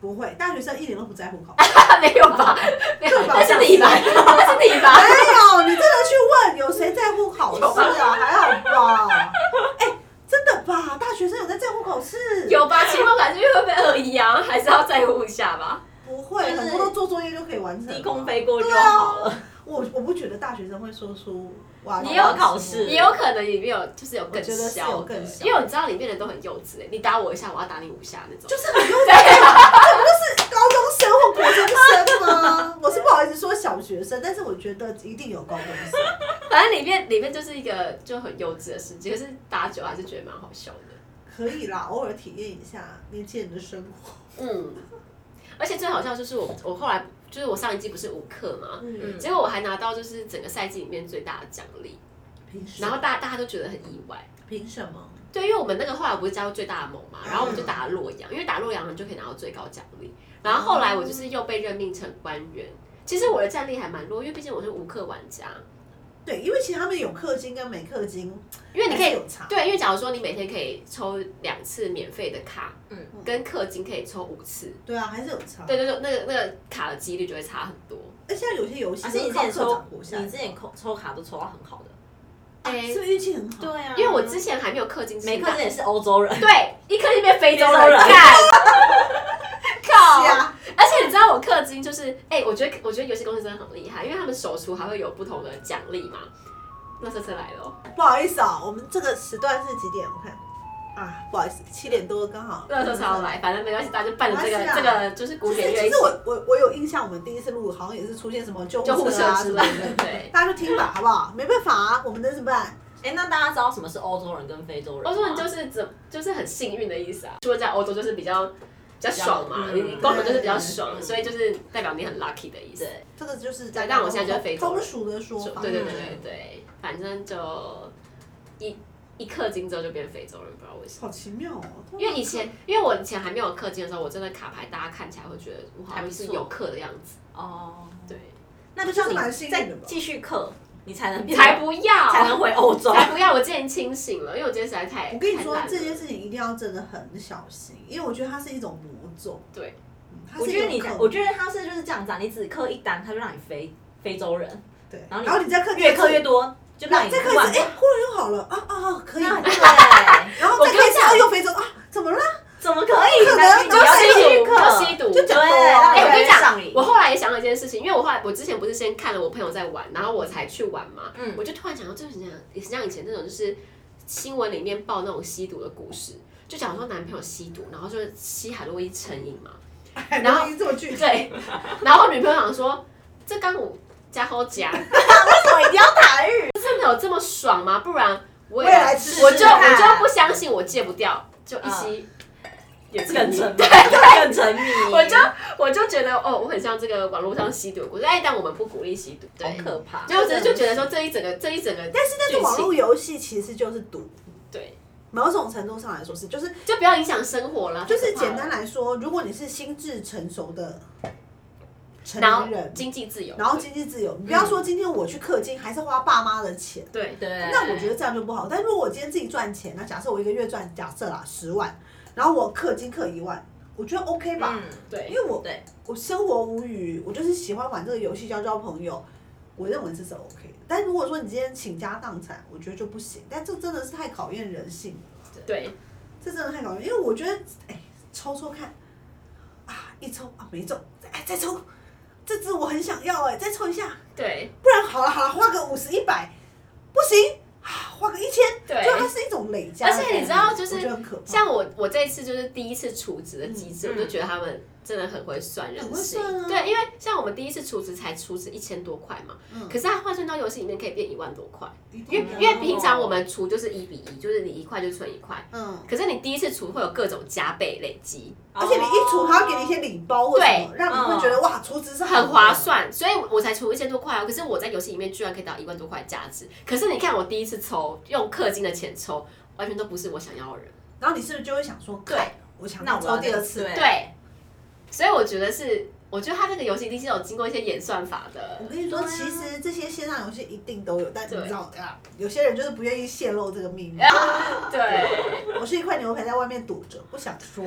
Speaker 2: 不会，大学生一点都不在乎考。
Speaker 1: 没有吧？ 没有，那是你吧？ 那是你吧？
Speaker 2: 没哎有，你真的去问有谁在乎考试 啊？还好吧？哎、真的吧？大学生有在在乎考试？
Speaker 1: 有吧？期末考试会被恶意啊，还是要在乎一下吧？
Speaker 2: 不会，
Speaker 3: 就是
Speaker 2: 很多都做作业就可以完成了。啊
Speaker 3: 低空飞过就
Speaker 1: 啊
Speaker 3: 好 了。
Speaker 2: 我我不觉得大学生会说出哇，
Speaker 1: 你有
Speaker 3: 考试
Speaker 1: 也有可能里面有就是有
Speaker 2: 我
Speaker 1: 更
Speaker 2: 觉得是
Speaker 1: 小
Speaker 2: 有
Speaker 1: 的，
Speaker 2: 更小，
Speaker 1: 因为我知道里面人都很幼稚欸你打我一下，我要打你五下那种。
Speaker 2: 就是很幼稚啊，这不就是高中生或国中生 吗？我是不好意思说小学生，但是我觉得一定有高中生。
Speaker 1: 反正里面里面就是一个就很幼稚的世界，可是打久了还是觉得蛮好笑的。
Speaker 2: 可以啦，偶尔体验一下年轻人的生活。
Speaker 1: 嗯，而且最好笑就是我我后来就是我上一季不是五课嘛，
Speaker 2: 嗯，
Speaker 1: 结果我还拿到就是整个赛季里面最大的奖励，
Speaker 2: 凭什
Speaker 1: 然后
Speaker 2: 么？
Speaker 1: 大大家都觉得很意外。
Speaker 2: 凭什么？
Speaker 1: 对，因为我们那个后来不是加入最大的盟嘛，然后我们就打洛阳，因为打洛阳你就可以拿到最高奖励。然后后来我就是又被任命成官员，其实我的战力还蛮弱，因为毕竟我是无氪玩家。
Speaker 2: 对，因为其实他们有氪金跟没氪金，
Speaker 1: 因为你可
Speaker 2: 还
Speaker 1: 以
Speaker 2: 是有差
Speaker 1: 对，因为假如说你每天可以抽两次免费的卡，嗯
Speaker 3: 嗯，
Speaker 1: 跟氪金可以抽五次，
Speaker 2: 对啊，还是有差。
Speaker 1: 对，对对，那个那个卡的几率就会差很多。
Speaker 2: 而且有些游戏
Speaker 3: 而
Speaker 2: 是
Speaker 3: 且啊你之
Speaker 2: 靠
Speaker 3: 前
Speaker 2: 社
Speaker 3: 抽
Speaker 2: 长，活下来
Speaker 3: 你之，前抽抽卡都抽到很好的。
Speaker 1: 哎、
Speaker 2: 是不是运气很好？
Speaker 3: 啊
Speaker 1: 因为我之前还没有氪金，
Speaker 3: 没课这也是欧洲人，
Speaker 1: 对，一氪金变非洲
Speaker 3: 非洲
Speaker 1: 人
Speaker 3: 人
Speaker 1: 干。靠！
Speaker 2: 是啊，
Speaker 1: 而且你知道我氪金就是，哎、我觉得我觉得游戏公司真的很厉害，因为他们手厨还会有不同的奖励嘛。那车车来了哦，
Speaker 2: 不好意思啊，我们这个时段是几点？我看啊，不好意思，七点多刚好。
Speaker 1: 那车车要来， 反正没关系，大家就伴着这个、
Speaker 2: 没关系
Speaker 1: 这
Speaker 2: 啊
Speaker 1: 个就是古
Speaker 2: 就是
Speaker 1: 典乐
Speaker 2: 其
Speaker 1: 一
Speaker 2: 实
Speaker 1: 起
Speaker 2: 我我我有印象，我们第一次录好像也是出现什么救护
Speaker 1: 就互
Speaker 2: 车
Speaker 1: 射
Speaker 2: 啊什
Speaker 1: 之
Speaker 2: 么
Speaker 1: 类
Speaker 2: 的
Speaker 1: 的，，对。
Speaker 2: 大家就听吧，好不好？没办法啊，我们能怎么办？
Speaker 3: 哎、那大家知道什么是欧洲人跟非洲人吗？
Speaker 1: 欧洲人就是怎就是很幸运的意思啊，除了在欧洲就是比较比较爽嘛，
Speaker 3: 嗯
Speaker 1: 你光头就是比较爽，
Speaker 3: 对
Speaker 1: 所以就是代表你很 lucky 的意思。
Speaker 3: 对，
Speaker 2: 这个就是在
Speaker 1: 但我现在就是非洲人
Speaker 2: 通俗的说法，
Speaker 1: 对对对对对，反正就一一氪金之后就变非洲人，不知道为什么。
Speaker 2: 好奇妙哦。
Speaker 1: 因为以前，因为我以前还没有氪金的时候，我真的卡牌，大家看起来会觉得我好像是有氪的样子。
Speaker 3: 哦，
Speaker 1: 对，
Speaker 3: 那就像
Speaker 2: 这是蛮
Speaker 3: 你
Speaker 2: 幸
Speaker 3: 再
Speaker 2: 运的吧
Speaker 3: 继续课，你才能变
Speaker 1: 才不要，
Speaker 3: 才能回欧洲。
Speaker 1: 才不要！我今天清醒了，因为我今天实在太……
Speaker 2: 我跟你
Speaker 1: 太
Speaker 2: 说
Speaker 1: 烂了
Speaker 2: 这件事情一定要真的很小心，因为我觉得它是一种魔咒。
Speaker 1: 对
Speaker 2: 嗯，它
Speaker 3: 我
Speaker 2: 是一
Speaker 3: 觉得
Speaker 2: 种
Speaker 3: 你
Speaker 2: 克，
Speaker 3: 我觉得他是就是这样子、啊，你只刻一单，他就让你非非洲人，
Speaker 2: 对，
Speaker 3: 然后你
Speaker 2: 然后你再克
Speaker 3: 越刻越多，就让你
Speaker 2: 再克
Speaker 3: 不
Speaker 2: 一次，
Speaker 3: 管
Speaker 2: 哎，忽然又好了啊啊啊，可以。
Speaker 3: 那
Speaker 2: 然
Speaker 3: 对，
Speaker 2: 后
Speaker 1: 我跟
Speaker 2: 再克一
Speaker 1: 你
Speaker 2: 次，
Speaker 1: 讲
Speaker 2: 啊又非洲啊，怎么了？
Speaker 3: 怎么可以？
Speaker 2: 可能
Speaker 3: 那你
Speaker 1: 你要
Speaker 2: 就是
Speaker 3: 继续
Speaker 1: 吸毒，
Speaker 3: 课，
Speaker 1: 要吸毒，
Speaker 2: 就讲
Speaker 3: 对，
Speaker 2: 哎
Speaker 1: 哎、我跟你
Speaker 3: 啊上
Speaker 1: 讲
Speaker 3: 瘾，
Speaker 1: 我后来也想到一件事情，因为我后来我之前不是先看了我朋友在玩，然后我才去玩嘛，
Speaker 3: 嗯
Speaker 1: 我就突然想到，就是像也是像以前那种就是新闻里面报那种吸毒的故事，就讲说男朋友吸毒，然后就是吸海洛因成瘾嘛，然后
Speaker 2: 你这么拒绝，
Speaker 1: 对， 然后女朋友想说这刚我加好假，
Speaker 3: 为什么一定要台语？
Speaker 1: 真的有这么爽吗？不然我也
Speaker 2: 我也来试试
Speaker 1: 我就
Speaker 3: 看
Speaker 1: 我就不相信我戒不掉，就一吸。也沉
Speaker 3: 更
Speaker 1: 迷
Speaker 3: 沉 迷，更沉迷，
Speaker 1: 我就我就觉得哦，我很像这个网络上吸毒的故事，哎，但我们不鼓励吸毒，对，
Speaker 3: 好可怕。
Speaker 1: 就我只是就觉得说这一整个这一整个，
Speaker 2: 但是那种网络游戏其实就是赌，
Speaker 1: 对，
Speaker 2: 某种程度上来说是，就是
Speaker 1: 就不要影响生活了，
Speaker 2: 就
Speaker 1: 太
Speaker 2: 是
Speaker 1: 可怕
Speaker 2: 简
Speaker 1: 了
Speaker 2: 单来说，如果你是心智成熟的成
Speaker 1: 然后
Speaker 2: 年人，
Speaker 1: 经济自由，
Speaker 2: 然后经济自由，你不要说今天我去氪金，还是花爸妈的钱。
Speaker 1: 对
Speaker 3: 对，
Speaker 2: 那我觉得这样就不好。但如果我今天自己赚钱，那假设我一个月赚，假设啦十万，然后我氪金氪一万，我觉得 OK 吧，
Speaker 3: 嗯，
Speaker 2: 因
Speaker 1: 对，
Speaker 2: 为我
Speaker 3: 对，
Speaker 2: 我生活无余，我就是喜欢玩这个游戏交交朋友，我认为这是 OK 的。但如果说你今天倾家荡产，我觉得就不行。但这真的是太考验人性了，
Speaker 1: 对，
Speaker 2: 这真的太考验，因为我觉得哎，抽抽看啊，一抽啊没中，再哎再抽，这只我很想要哎、再抽一下，
Speaker 1: 对，
Speaker 2: 不然好了好了，花个五十一百，不行啊，花个一千，
Speaker 1: 对
Speaker 2: 就它是一种累加的
Speaker 1: 而
Speaker 2: 概念，
Speaker 1: 且你知道就是
Speaker 2: 我觉得很可怕，
Speaker 1: 像我我这一次就是第一次处置的机制，
Speaker 3: 嗯
Speaker 1: 我就觉得他们真的很会算人
Speaker 2: 很会
Speaker 1: 性
Speaker 2: 算。啊
Speaker 1: 对，因为像我们第一次处置才处置一千多块嘛，
Speaker 2: 嗯哦
Speaker 1: 可是它换算到游戏里面可以变一万多块，
Speaker 2: 一定
Speaker 1: 因为
Speaker 2: 的
Speaker 1: 因为平常我们除就是一比一，就是你一块就存一块。
Speaker 2: 嗯，
Speaker 1: 可是你第一次除会有各种加倍累积，
Speaker 2: 而且你一
Speaker 1: 哦
Speaker 2: 除，它会给你一些礼包或什么，让你会觉得哇，储值是
Speaker 1: 嗯很
Speaker 2: 好的
Speaker 1: 划。算，所以我才除一千多块哦。可是我在游戏里面居然可以到一万多块价值。可是你看我第一次抽用氪金的钱抽，完全都不是我想要的人。
Speaker 2: 然后你是不是就会想说，
Speaker 1: 对
Speaker 2: 干，我想
Speaker 3: 那我要
Speaker 2: 抽第二次。
Speaker 3: 对
Speaker 1: 对，所以我觉得是，我觉得他这个游戏一定是有经过一些演算法的
Speaker 2: 我。跟你说，
Speaker 3: 对啊
Speaker 2: 其实这些线上游戏一定都有，但你
Speaker 1: 对哎
Speaker 2: 知道啊，有些人就是不愿意泄露这个秘密。
Speaker 1: 对，
Speaker 2: 我是一块牛排在外面堵着，不想说。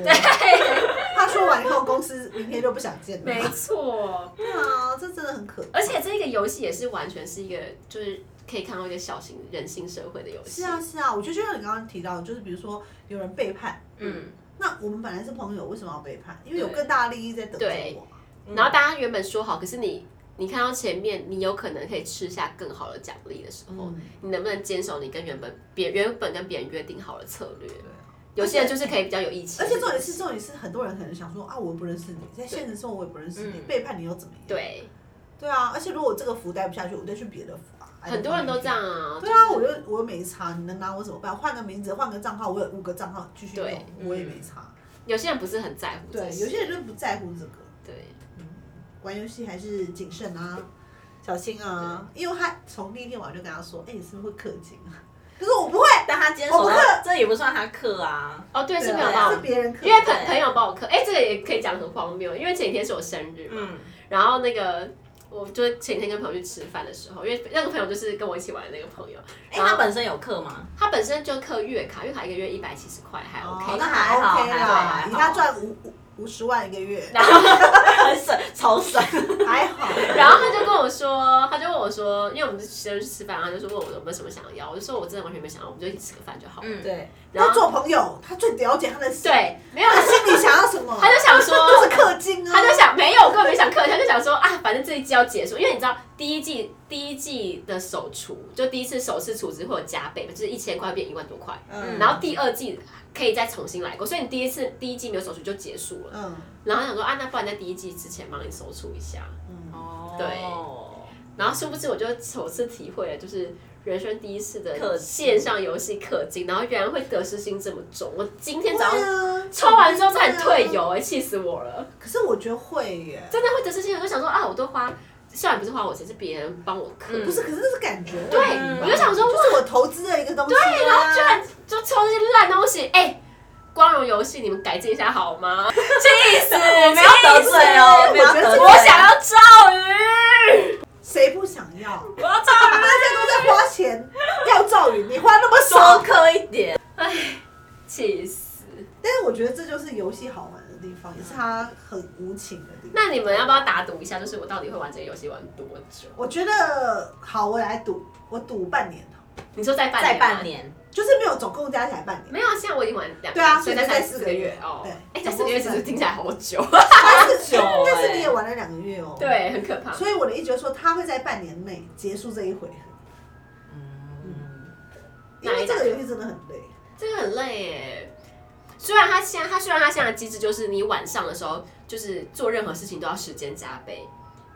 Speaker 2: 他说完以后，公司明天就不想见了。
Speaker 1: 没呃错。
Speaker 2: 对啊，这真的很可怕。
Speaker 1: 而且这个游戏也是完全是一个，就是可以看到一个小型人性社会的游戏。
Speaker 2: 是啊，是啊，我就就像你刚刚提到，就是比如说有人背叛，
Speaker 3: 嗯，
Speaker 2: 那我们本来是朋友，为什么要背叛？因为有
Speaker 3: 对
Speaker 2: 更大的利益在等着
Speaker 1: 对
Speaker 2: 我啊。
Speaker 1: 然后大家原本说好，可是你你看到前面你有可能可以吃下更好的奖励的时候，
Speaker 2: 嗯
Speaker 1: 你能不能坚守你跟原本别原本跟别人约定好的策略？
Speaker 2: 对啊
Speaker 1: 有些人就是可以比较有义气，
Speaker 2: 而且重点是，重点是很多人可能想说啊，我又不认识你，在现实中我也不认识你，
Speaker 3: 嗯
Speaker 2: 背叛你又怎么样？
Speaker 1: 对，
Speaker 2: 对啊，而且如果我这个服待不下去，我再去别的服啊。
Speaker 1: 很多人都这样。啊。
Speaker 2: 对啊，
Speaker 1: 就
Speaker 2: 我
Speaker 1: 是
Speaker 2: 又我又没差，你能拿我怎么办？换个名字，换个账号，我有五个账号继续用
Speaker 1: 对，嗯
Speaker 2: 我也没差。
Speaker 1: 有些人不是很在乎这
Speaker 2: 对，
Speaker 1: 些，
Speaker 2: 有些人就不在乎这个，
Speaker 1: 对。
Speaker 2: 玩游戏还是谨慎啊，小心啊，因为他从第一天我就跟他说，哎，你是不是会氪金啊？可是我不会，
Speaker 3: 哦但他坚
Speaker 2: 我
Speaker 3: 守
Speaker 2: 不
Speaker 3: 到
Speaker 2: 氪，
Speaker 3: 这也不算他克啊。
Speaker 1: 哦， 对，是没有办
Speaker 2: 对啊
Speaker 1: 法
Speaker 2: 是别人氪，
Speaker 1: 因为朋朋友帮我刻，哎、这个也可以讲很荒谬，因为前几天是我生日嘛，
Speaker 3: 嗯，
Speaker 1: 然后那个我就是前几天跟朋友去吃饭的时候，因为那个朋友就是跟我一起玩的那个朋友，
Speaker 3: 哎，
Speaker 1: 然后
Speaker 3: 他本身有克吗？
Speaker 1: 他本身就刻月卡，月卡一个月一百七十块，还 OK，、
Speaker 2: 哦，那
Speaker 3: 还好
Speaker 2: OK
Speaker 3: 还
Speaker 2: 啦，
Speaker 3: 好
Speaker 2: 以他赚五五五十万一个月，
Speaker 1: 然后
Speaker 3: 很省，超省。
Speaker 2: 还好。
Speaker 1: 然后他就跟我说，他就问我说，因为我们生日吃饭，然后他就说问我有没有什么想要，我就说我真的完全没想要，我们就一起吃个饭就好了。
Speaker 3: 嗯，
Speaker 2: 对，
Speaker 1: 然后
Speaker 2: 他做朋友，他最了解他的心，
Speaker 1: 对，没有，
Speaker 2: 他心里想要什 么，
Speaker 1: 他就想说，
Speaker 2: 就是氪金啊，
Speaker 1: 他就想没有，我根本没想客气，他就想说啊，反正这一季要结束，因为你知道第一季第一季的首出就第一次首次储值会有加倍嘛，就是一千块变一万多块，
Speaker 2: 嗯，
Speaker 1: 然后第二季可以再重新来过，所以你第一次第一季没有首出就结束了，
Speaker 2: 嗯
Speaker 1: 然后他想说啊，那不然在第一季之前帮你首出一下，
Speaker 2: 嗯，
Speaker 3: 哦，
Speaker 1: 然后殊不知我就首次体会了，就是。人生第一次
Speaker 3: 氪
Speaker 1: 的
Speaker 3: 金
Speaker 1: 线上游戏氪金，然后原来会得失心这么重。我今天早
Speaker 2: 对
Speaker 1: 上
Speaker 2: 啊
Speaker 1: 抽完之后差点退。游、哎，气死我了。
Speaker 2: 可是我觉得会耶，
Speaker 1: 真的会得失心很重，想说啊，我都花，虽然不是花我钱，是别人帮我刻，
Speaker 3: 嗯
Speaker 2: 不是，可是这是感觉，
Speaker 1: 对
Speaker 2: 嗯，
Speaker 1: 我就想说
Speaker 2: 就
Speaker 1: 哇，
Speaker 2: 是我投资的一个东西，啊对，
Speaker 3: 啊
Speaker 1: 然后居然就抽这些烂东西，哎、光荣游戏，你们改进一下好 吗？气死！我
Speaker 3: 不要得罪哦，不要得罪。
Speaker 1: 我想要赵宇，
Speaker 2: 谁不想要？
Speaker 1: 我要赵 宇，
Speaker 2: 大家都在花钱，要赵宇，你花那么
Speaker 3: 多
Speaker 2: 少，
Speaker 3: 克一点，
Speaker 1: 哎气死！
Speaker 2: 但是我觉得这就是游戏好玩的地方，也是它很无情的地方。
Speaker 1: 那你们要不要打赌一下，就是我到底会玩这个游戏玩多久？
Speaker 2: 我觉得好，我来赌，我赌半年，
Speaker 1: 你说再半年
Speaker 3: 再
Speaker 1: 吗
Speaker 3: 半，年，
Speaker 2: 就是没有总共加起来半年。
Speaker 1: 没有，现在我已经玩两个
Speaker 2: 对啊
Speaker 1: 所以
Speaker 2: 所以
Speaker 1: 才
Speaker 2: 就在
Speaker 1: 四
Speaker 2: 四个月
Speaker 1: 哦。
Speaker 2: 对
Speaker 1: 哎，这四个月其实听起来好久，
Speaker 2: 但是
Speaker 3: 久欸
Speaker 2: 但是你也玩了两个月哦。。
Speaker 1: 对，很可怕。
Speaker 2: 所以我的意思就是说，他会在半年内结束这一回合，
Speaker 3: 嗯，
Speaker 2: 因为这个游戏真的很累。
Speaker 1: 这个很累耶。虽然它现在，它虽然它现在的机制就是你晚上的时候，就是做任何事情都要时间加倍，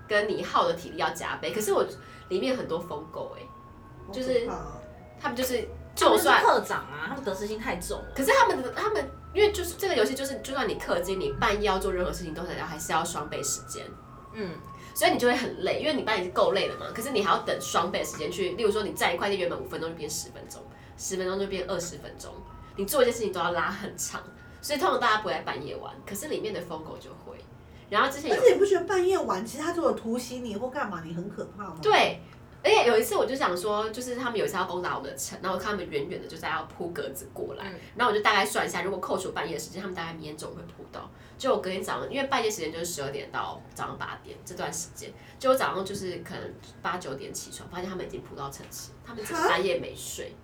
Speaker 1: 跟你耗的体力要加倍。可是我里面很多疯狗哎，就是
Speaker 2: 好可怕哦
Speaker 1: 他们就是就
Speaker 3: 就是
Speaker 1: 算
Speaker 3: 课长啊，他们得失心太重了。
Speaker 1: 可是他们他们，因为就是这个游戏，就是就算你氪金，你半夜要做任何事情，都是要还是要双倍时间，
Speaker 3: 嗯，
Speaker 1: 所以你就会很累，因为你半夜已经够累了嘛。可是你还要等双倍的时间去，例如说你站一块地，原本五分钟就变十分钟，十分钟就变二十分钟，你做一件事情都要拉很长，所以通常大家不会在半夜玩，可是里面的疯狗就会。然后之前
Speaker 2: 而
Speaker 1: 有
Speaker 2: 且你不觉得半夜玩，其实他如果突袭你或干嘛，你很可怕吗？，
Speaker 1: 对，啊而且有一次我就想说，就是他们有一次要攻打我们的城，然后我看他们远远的就在要铺格子过来，
Speaker 3: 嗯
Speaker 1: 然后我就大概算一下，如果扣除半夜的时间，他们大概明天中午会铺到。就我隔天早上，因为半夜时间就是十二点到早上八点这段时间，就我早上就是可能八九点起床，发现他们已经铺到城市，他们整个半夜没睡。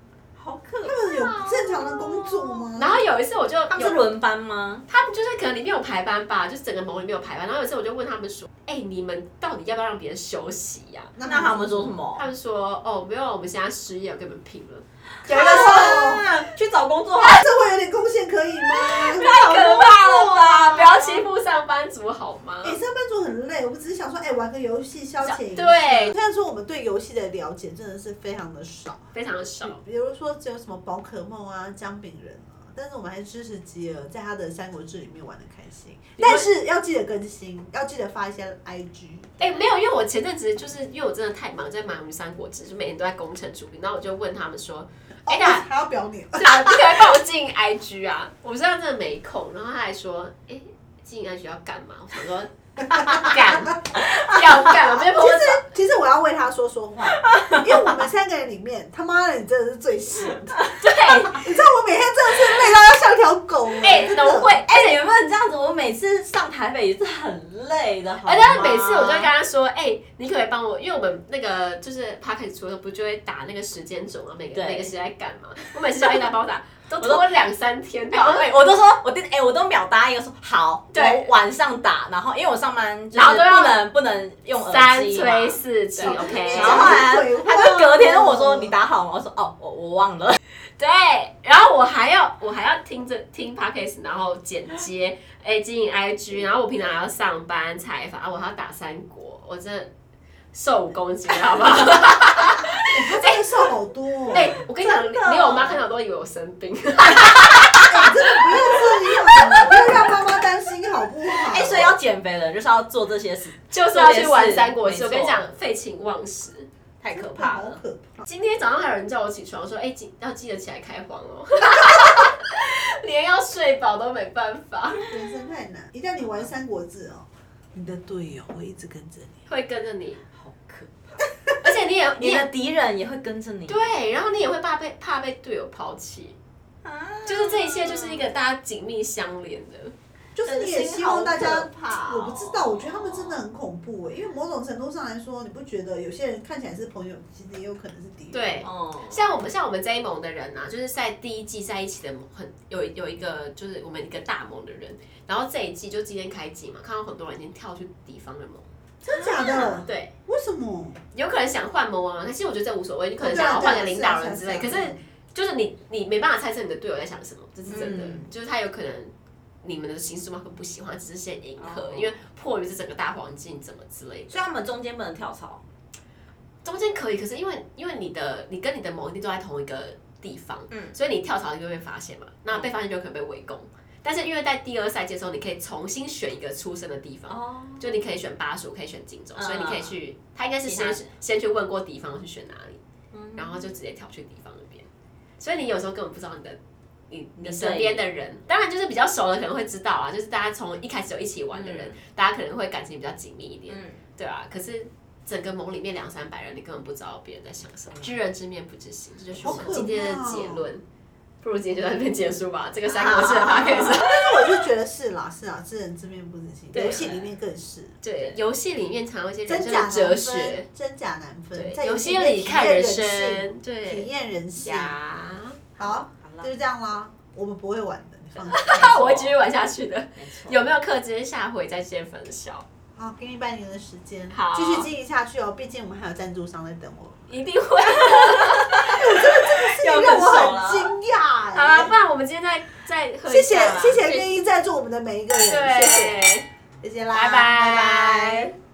Speaker 3: 好可怕、
Speaker 2: 他们有正常的工作？吗？
Speaker 1: 然后有一次我就
Speaker 3: 嗯他们
Speaker 1: 有
Speaker 3: 是轮班吗？
Speaker 1: 他们就是可能里面有排班吧，就是整个盟里面有排班。然后有一次我就问他们说：“哎、你们到底要不要让别人休息呀、
Speaker 3: 那他们说什？么？
Speaker 1: 他们说：“哦，没有，我们现在失业，我跟你们拼了。”
Speaker 3: 有一个说啊去找工作，
Speaker 2: 这会有点贡献可以吗？
Speaker 3: 太
Speaker 1: 可怕了 吧！不要欺负上班族好吗？
Speaker 2: 哎、上班族很累，我们只是想说，哎、玩个游戏消遣一下。
Speaker 1: 对
Speaker 2: 虽然说我们对游戏的了解真的是非常的少，
Speaker 1: 非常的少。
Speaker 2: 比如说只有什么宝可梦啊、姜饼人啊，但是我们还是支持吉尔在他的《三国志》里面玩的开心。
Speaker 1: 们
Speaker 2: 但是要记得更新，要记得发一些 IG。
Speaker 1: 哎、没有，因为我前阵子就是因为我真的太忙，在忙于三国志，就每天都在工程处理。然后我就问他们说：“哎、那
Speaker 2: 哦还要表你，
Speaker 1: 对啊，你可不可以帮我进 IG 啊？我不知道真的没空。”然后他还说：“哎、进 IG 要干嘛？”我想说 干要干嘛？没有，
Speaker 2: 其
Speaker 3: 啊
Speaker 2: 实其实我要为他说说 话，因为我们三个人里面，他妈的你真的是最闲 的。
Speaker 1: 对，
Speaker 2: 你知道我每天真的是累到要像条狗了。
Speaker 1: 哎、
Speaker 2: 真的
Speaker 1: 农会。
Speaker 3: 哎、你们不能这样子，我每次上台北也是很累的，好吗
Speaker 1: 而且哎每次我就会跟他说，哎、你可不可以帮我？因为我们那个就是 p a c k e t 除了不就会打那个时间轴嘛，每个
Speaker 3: 对
Speaker 1: 每个时间在干嘛？我每次叫一打帮我打，都拖两三天。然
Speaker 3: 然
Speaker 1: 后
Speaker 3: 后每我都说，我定哎、我都秒答应说好，
Speaker 1: 对
Speaker 3: 我晚上打，然后因为我上班就是
Speaker 1: 然后都要
Speaker 3: 不能不能用耳
Speaker 1: 三
Speaker 3: 机嘛
Speaker 1: 催四请
Speaker 3: 对
Speaker 1: ，OK。
Speaker 3: 然后后来
Speaker 2: 鬼话
Speaker 3: 他就隔天跟我说你打好吗？我说哦，我我 忘了。
Speaker 1: 对，然后我还要我还要听着听 p a c k e t 然后剪接，哎、经营 IG，然后我平常还要上班采访，啊我还要打三国，我真的瘦五公斤，好不好？
Speaker 2: 他真的瘦好多、哦。
Speaker 1: 哎、我跟你讲，
Speaker 3: 真的
Speaker 1: 连我妈看到都以为我生病。
Speaker 2: 哎真的不要这样，不要让妈妈担心好不好？
Speaker 3: 哎、所以要减肥的人就是要做这些事，
Speaker 1: 就是要去玩三国
Speaker 3: 没
Speaker 1: 志。
Speaker 3: 错
Speaker 1: 我跟你讲，废寝忘食。
Speaker 3: 太可
Speaker 2: 真的
Speaker 3: 怕
Speaker 2: 好
Speaker 3: 了。
Speaker 2: 可怕。
Speaker 1: 今天早上还有人叫我起床说：“哎、记要记得起来开荒 哦。”连要睡饱都没办法，
Speaker 2: 人生太难，一旦你玩《三国志》哦，你的队友会一直跟着你。
Speaker 1: 会跟着你，
Speaker 3: 好可怕，
Speaker 1: 而且 你也你
Speaker 3: 你的
Speaker 1: 也
Speaker 3: 敌人也会跟着你。
Speaker 1: 对，啊然后你也会怕被怕被队友抛弃，
Speaker 3: 啊，
Speaker 1: 就是这一切就是一个大家紧密相连的。
Speaker 2: 就是你也希望大
Speaker 3: 人
Speaker 2: 家
Speaker 3: 心好可怕哦
Speaker 2: 我不知道，我觉得他们真的很恐怖哎、因为某种程度上来说，你不觉得有些人看起来是朋友，其实也有可能是敌人。
Speaker 1: 对，
Speaker 3: 哦，
Speaker 1: 像我们像我们这一盟的人啊，就是在第一季在一起的盟很有有一个就是我们一个大盟的人，然后这一季就今天开季嘛，看到很多人已经跳去敌方的盟，
Speaker 2: 真假的？
Speaker 1: 对。
Speaker 2: 为什么？
Speaker 1: 有可能想换某王，但其实我觉得这无所谓，你可能
Speaker 3: 啊
Speaker 1: 想要换个领导人之类。可是就是你你没办法猜测你的队友在想什么，这是真的。
Speaker 3: 嗯
Speaker 1: 就是他有可能你们的行事方可不喜欢，只是先迎合，
Speaker 3: 哦
Speaker 1: 因为迫于这整个大环境怎么之类的。
Speaker 3: 所以他们中间不能跳槽。
Speaker 1: 中间可以，可是因为因为你的你跟你的某一定都在同一个地方，
Speaker 3: 嗯
Speaker 1: 所以你跳槽就会被发现嘛。那被发现就可能被围攻。但是因为在第二赛季的时候，你可以重新选一个出生的地方，
Speaker 3: 哦，嗯
Speaker 1: 就你可以选巴蜀，可以选荆州，所以你可以去，他应该是
Speaker 3: 其他
Speaker 1: 先先去问过敌方去选哪里，
Speaker 3: 嗯
Speaker 1: 然后就直接跳去敌方那边。所以你有时候根本不知道你的你你的身边的人，当然就是比较熟的可能会知道啊，就是大家从一开始就一起玩的人，大家可能会感情比较紧密一点，
Speaker 3: 嗯，
Speaker 1: 对啊。可是整个盟里面两三百人，你根本不知道别人在想什么，知人知面不知心，这就是我
Speaker 2: 好
Speaker 1: 们
Speaker 2: 可怕哦
Speaker 1: 今天的结论。不如今天就到这边结束吧，这个三国志的 p o d c a s
Speaker 2: 但是我就觉得是啦，是啦，知人知面不知心，
Speaker 1: 对
Speaker 2: 游戏里面更是。
Speaker 1: 对，游戏里面常有一些人
Speaker 2: 真
Speaker 1: 生
Speaker 2: 假
Speaker 1: 的
Speaker 2: 难
Speaker 1: 哲
Speaker 2: 分
Speaker 1: 学。，
Speaker 2: 真假难分，在
Speaker 1: 对，游
Speaker 2: 戏
Speaker 1: 戏里
Speaker 2: 面
Speaker 1: 看
Speaker 2: 体验
Speaker 1: 人
Speaker 2: 人性，
Speaker 1: 生，
Speaker 2: 体
Speaker 1: 对
Speaker 2: 验人性。
Speaker 1: 呀，
Speaker 2: 好，
Speaker 3: 好
Speaker 2: 就
Speaker 3: 了，
Speaker 2: 是这样啦，我们不会玩的，你放心。
Speaker 1: 那我会继续玩下去的。
Speaker 3: 没错
Speaker 1: 有没有课直接下回再先分享，
Speaker 2: 好，给你半年的时间，
Speaker 1: 好
Speaker 2: 继续经营下去哦。毕竟我们还有赞助商在等我。
Speaker 1: 一定会。
Speaker 2: 这个让我很惊讶
Speaker 1: 好啦，
Speaker 2: 哎。
Speaker 1: 不然我们今天再再喝
Speaker 2: 谢
Speaker 1: 一
Speaker 2: 谢
Speaker 1: 下啦
Speaker 2: 谢谢愿意赞助我们的每一个人，谢谢
Speaker 1: 对，
Speaker 2: 谢谢啦，
Speaker 1: 拜拜
Speaker 2: 拜拜。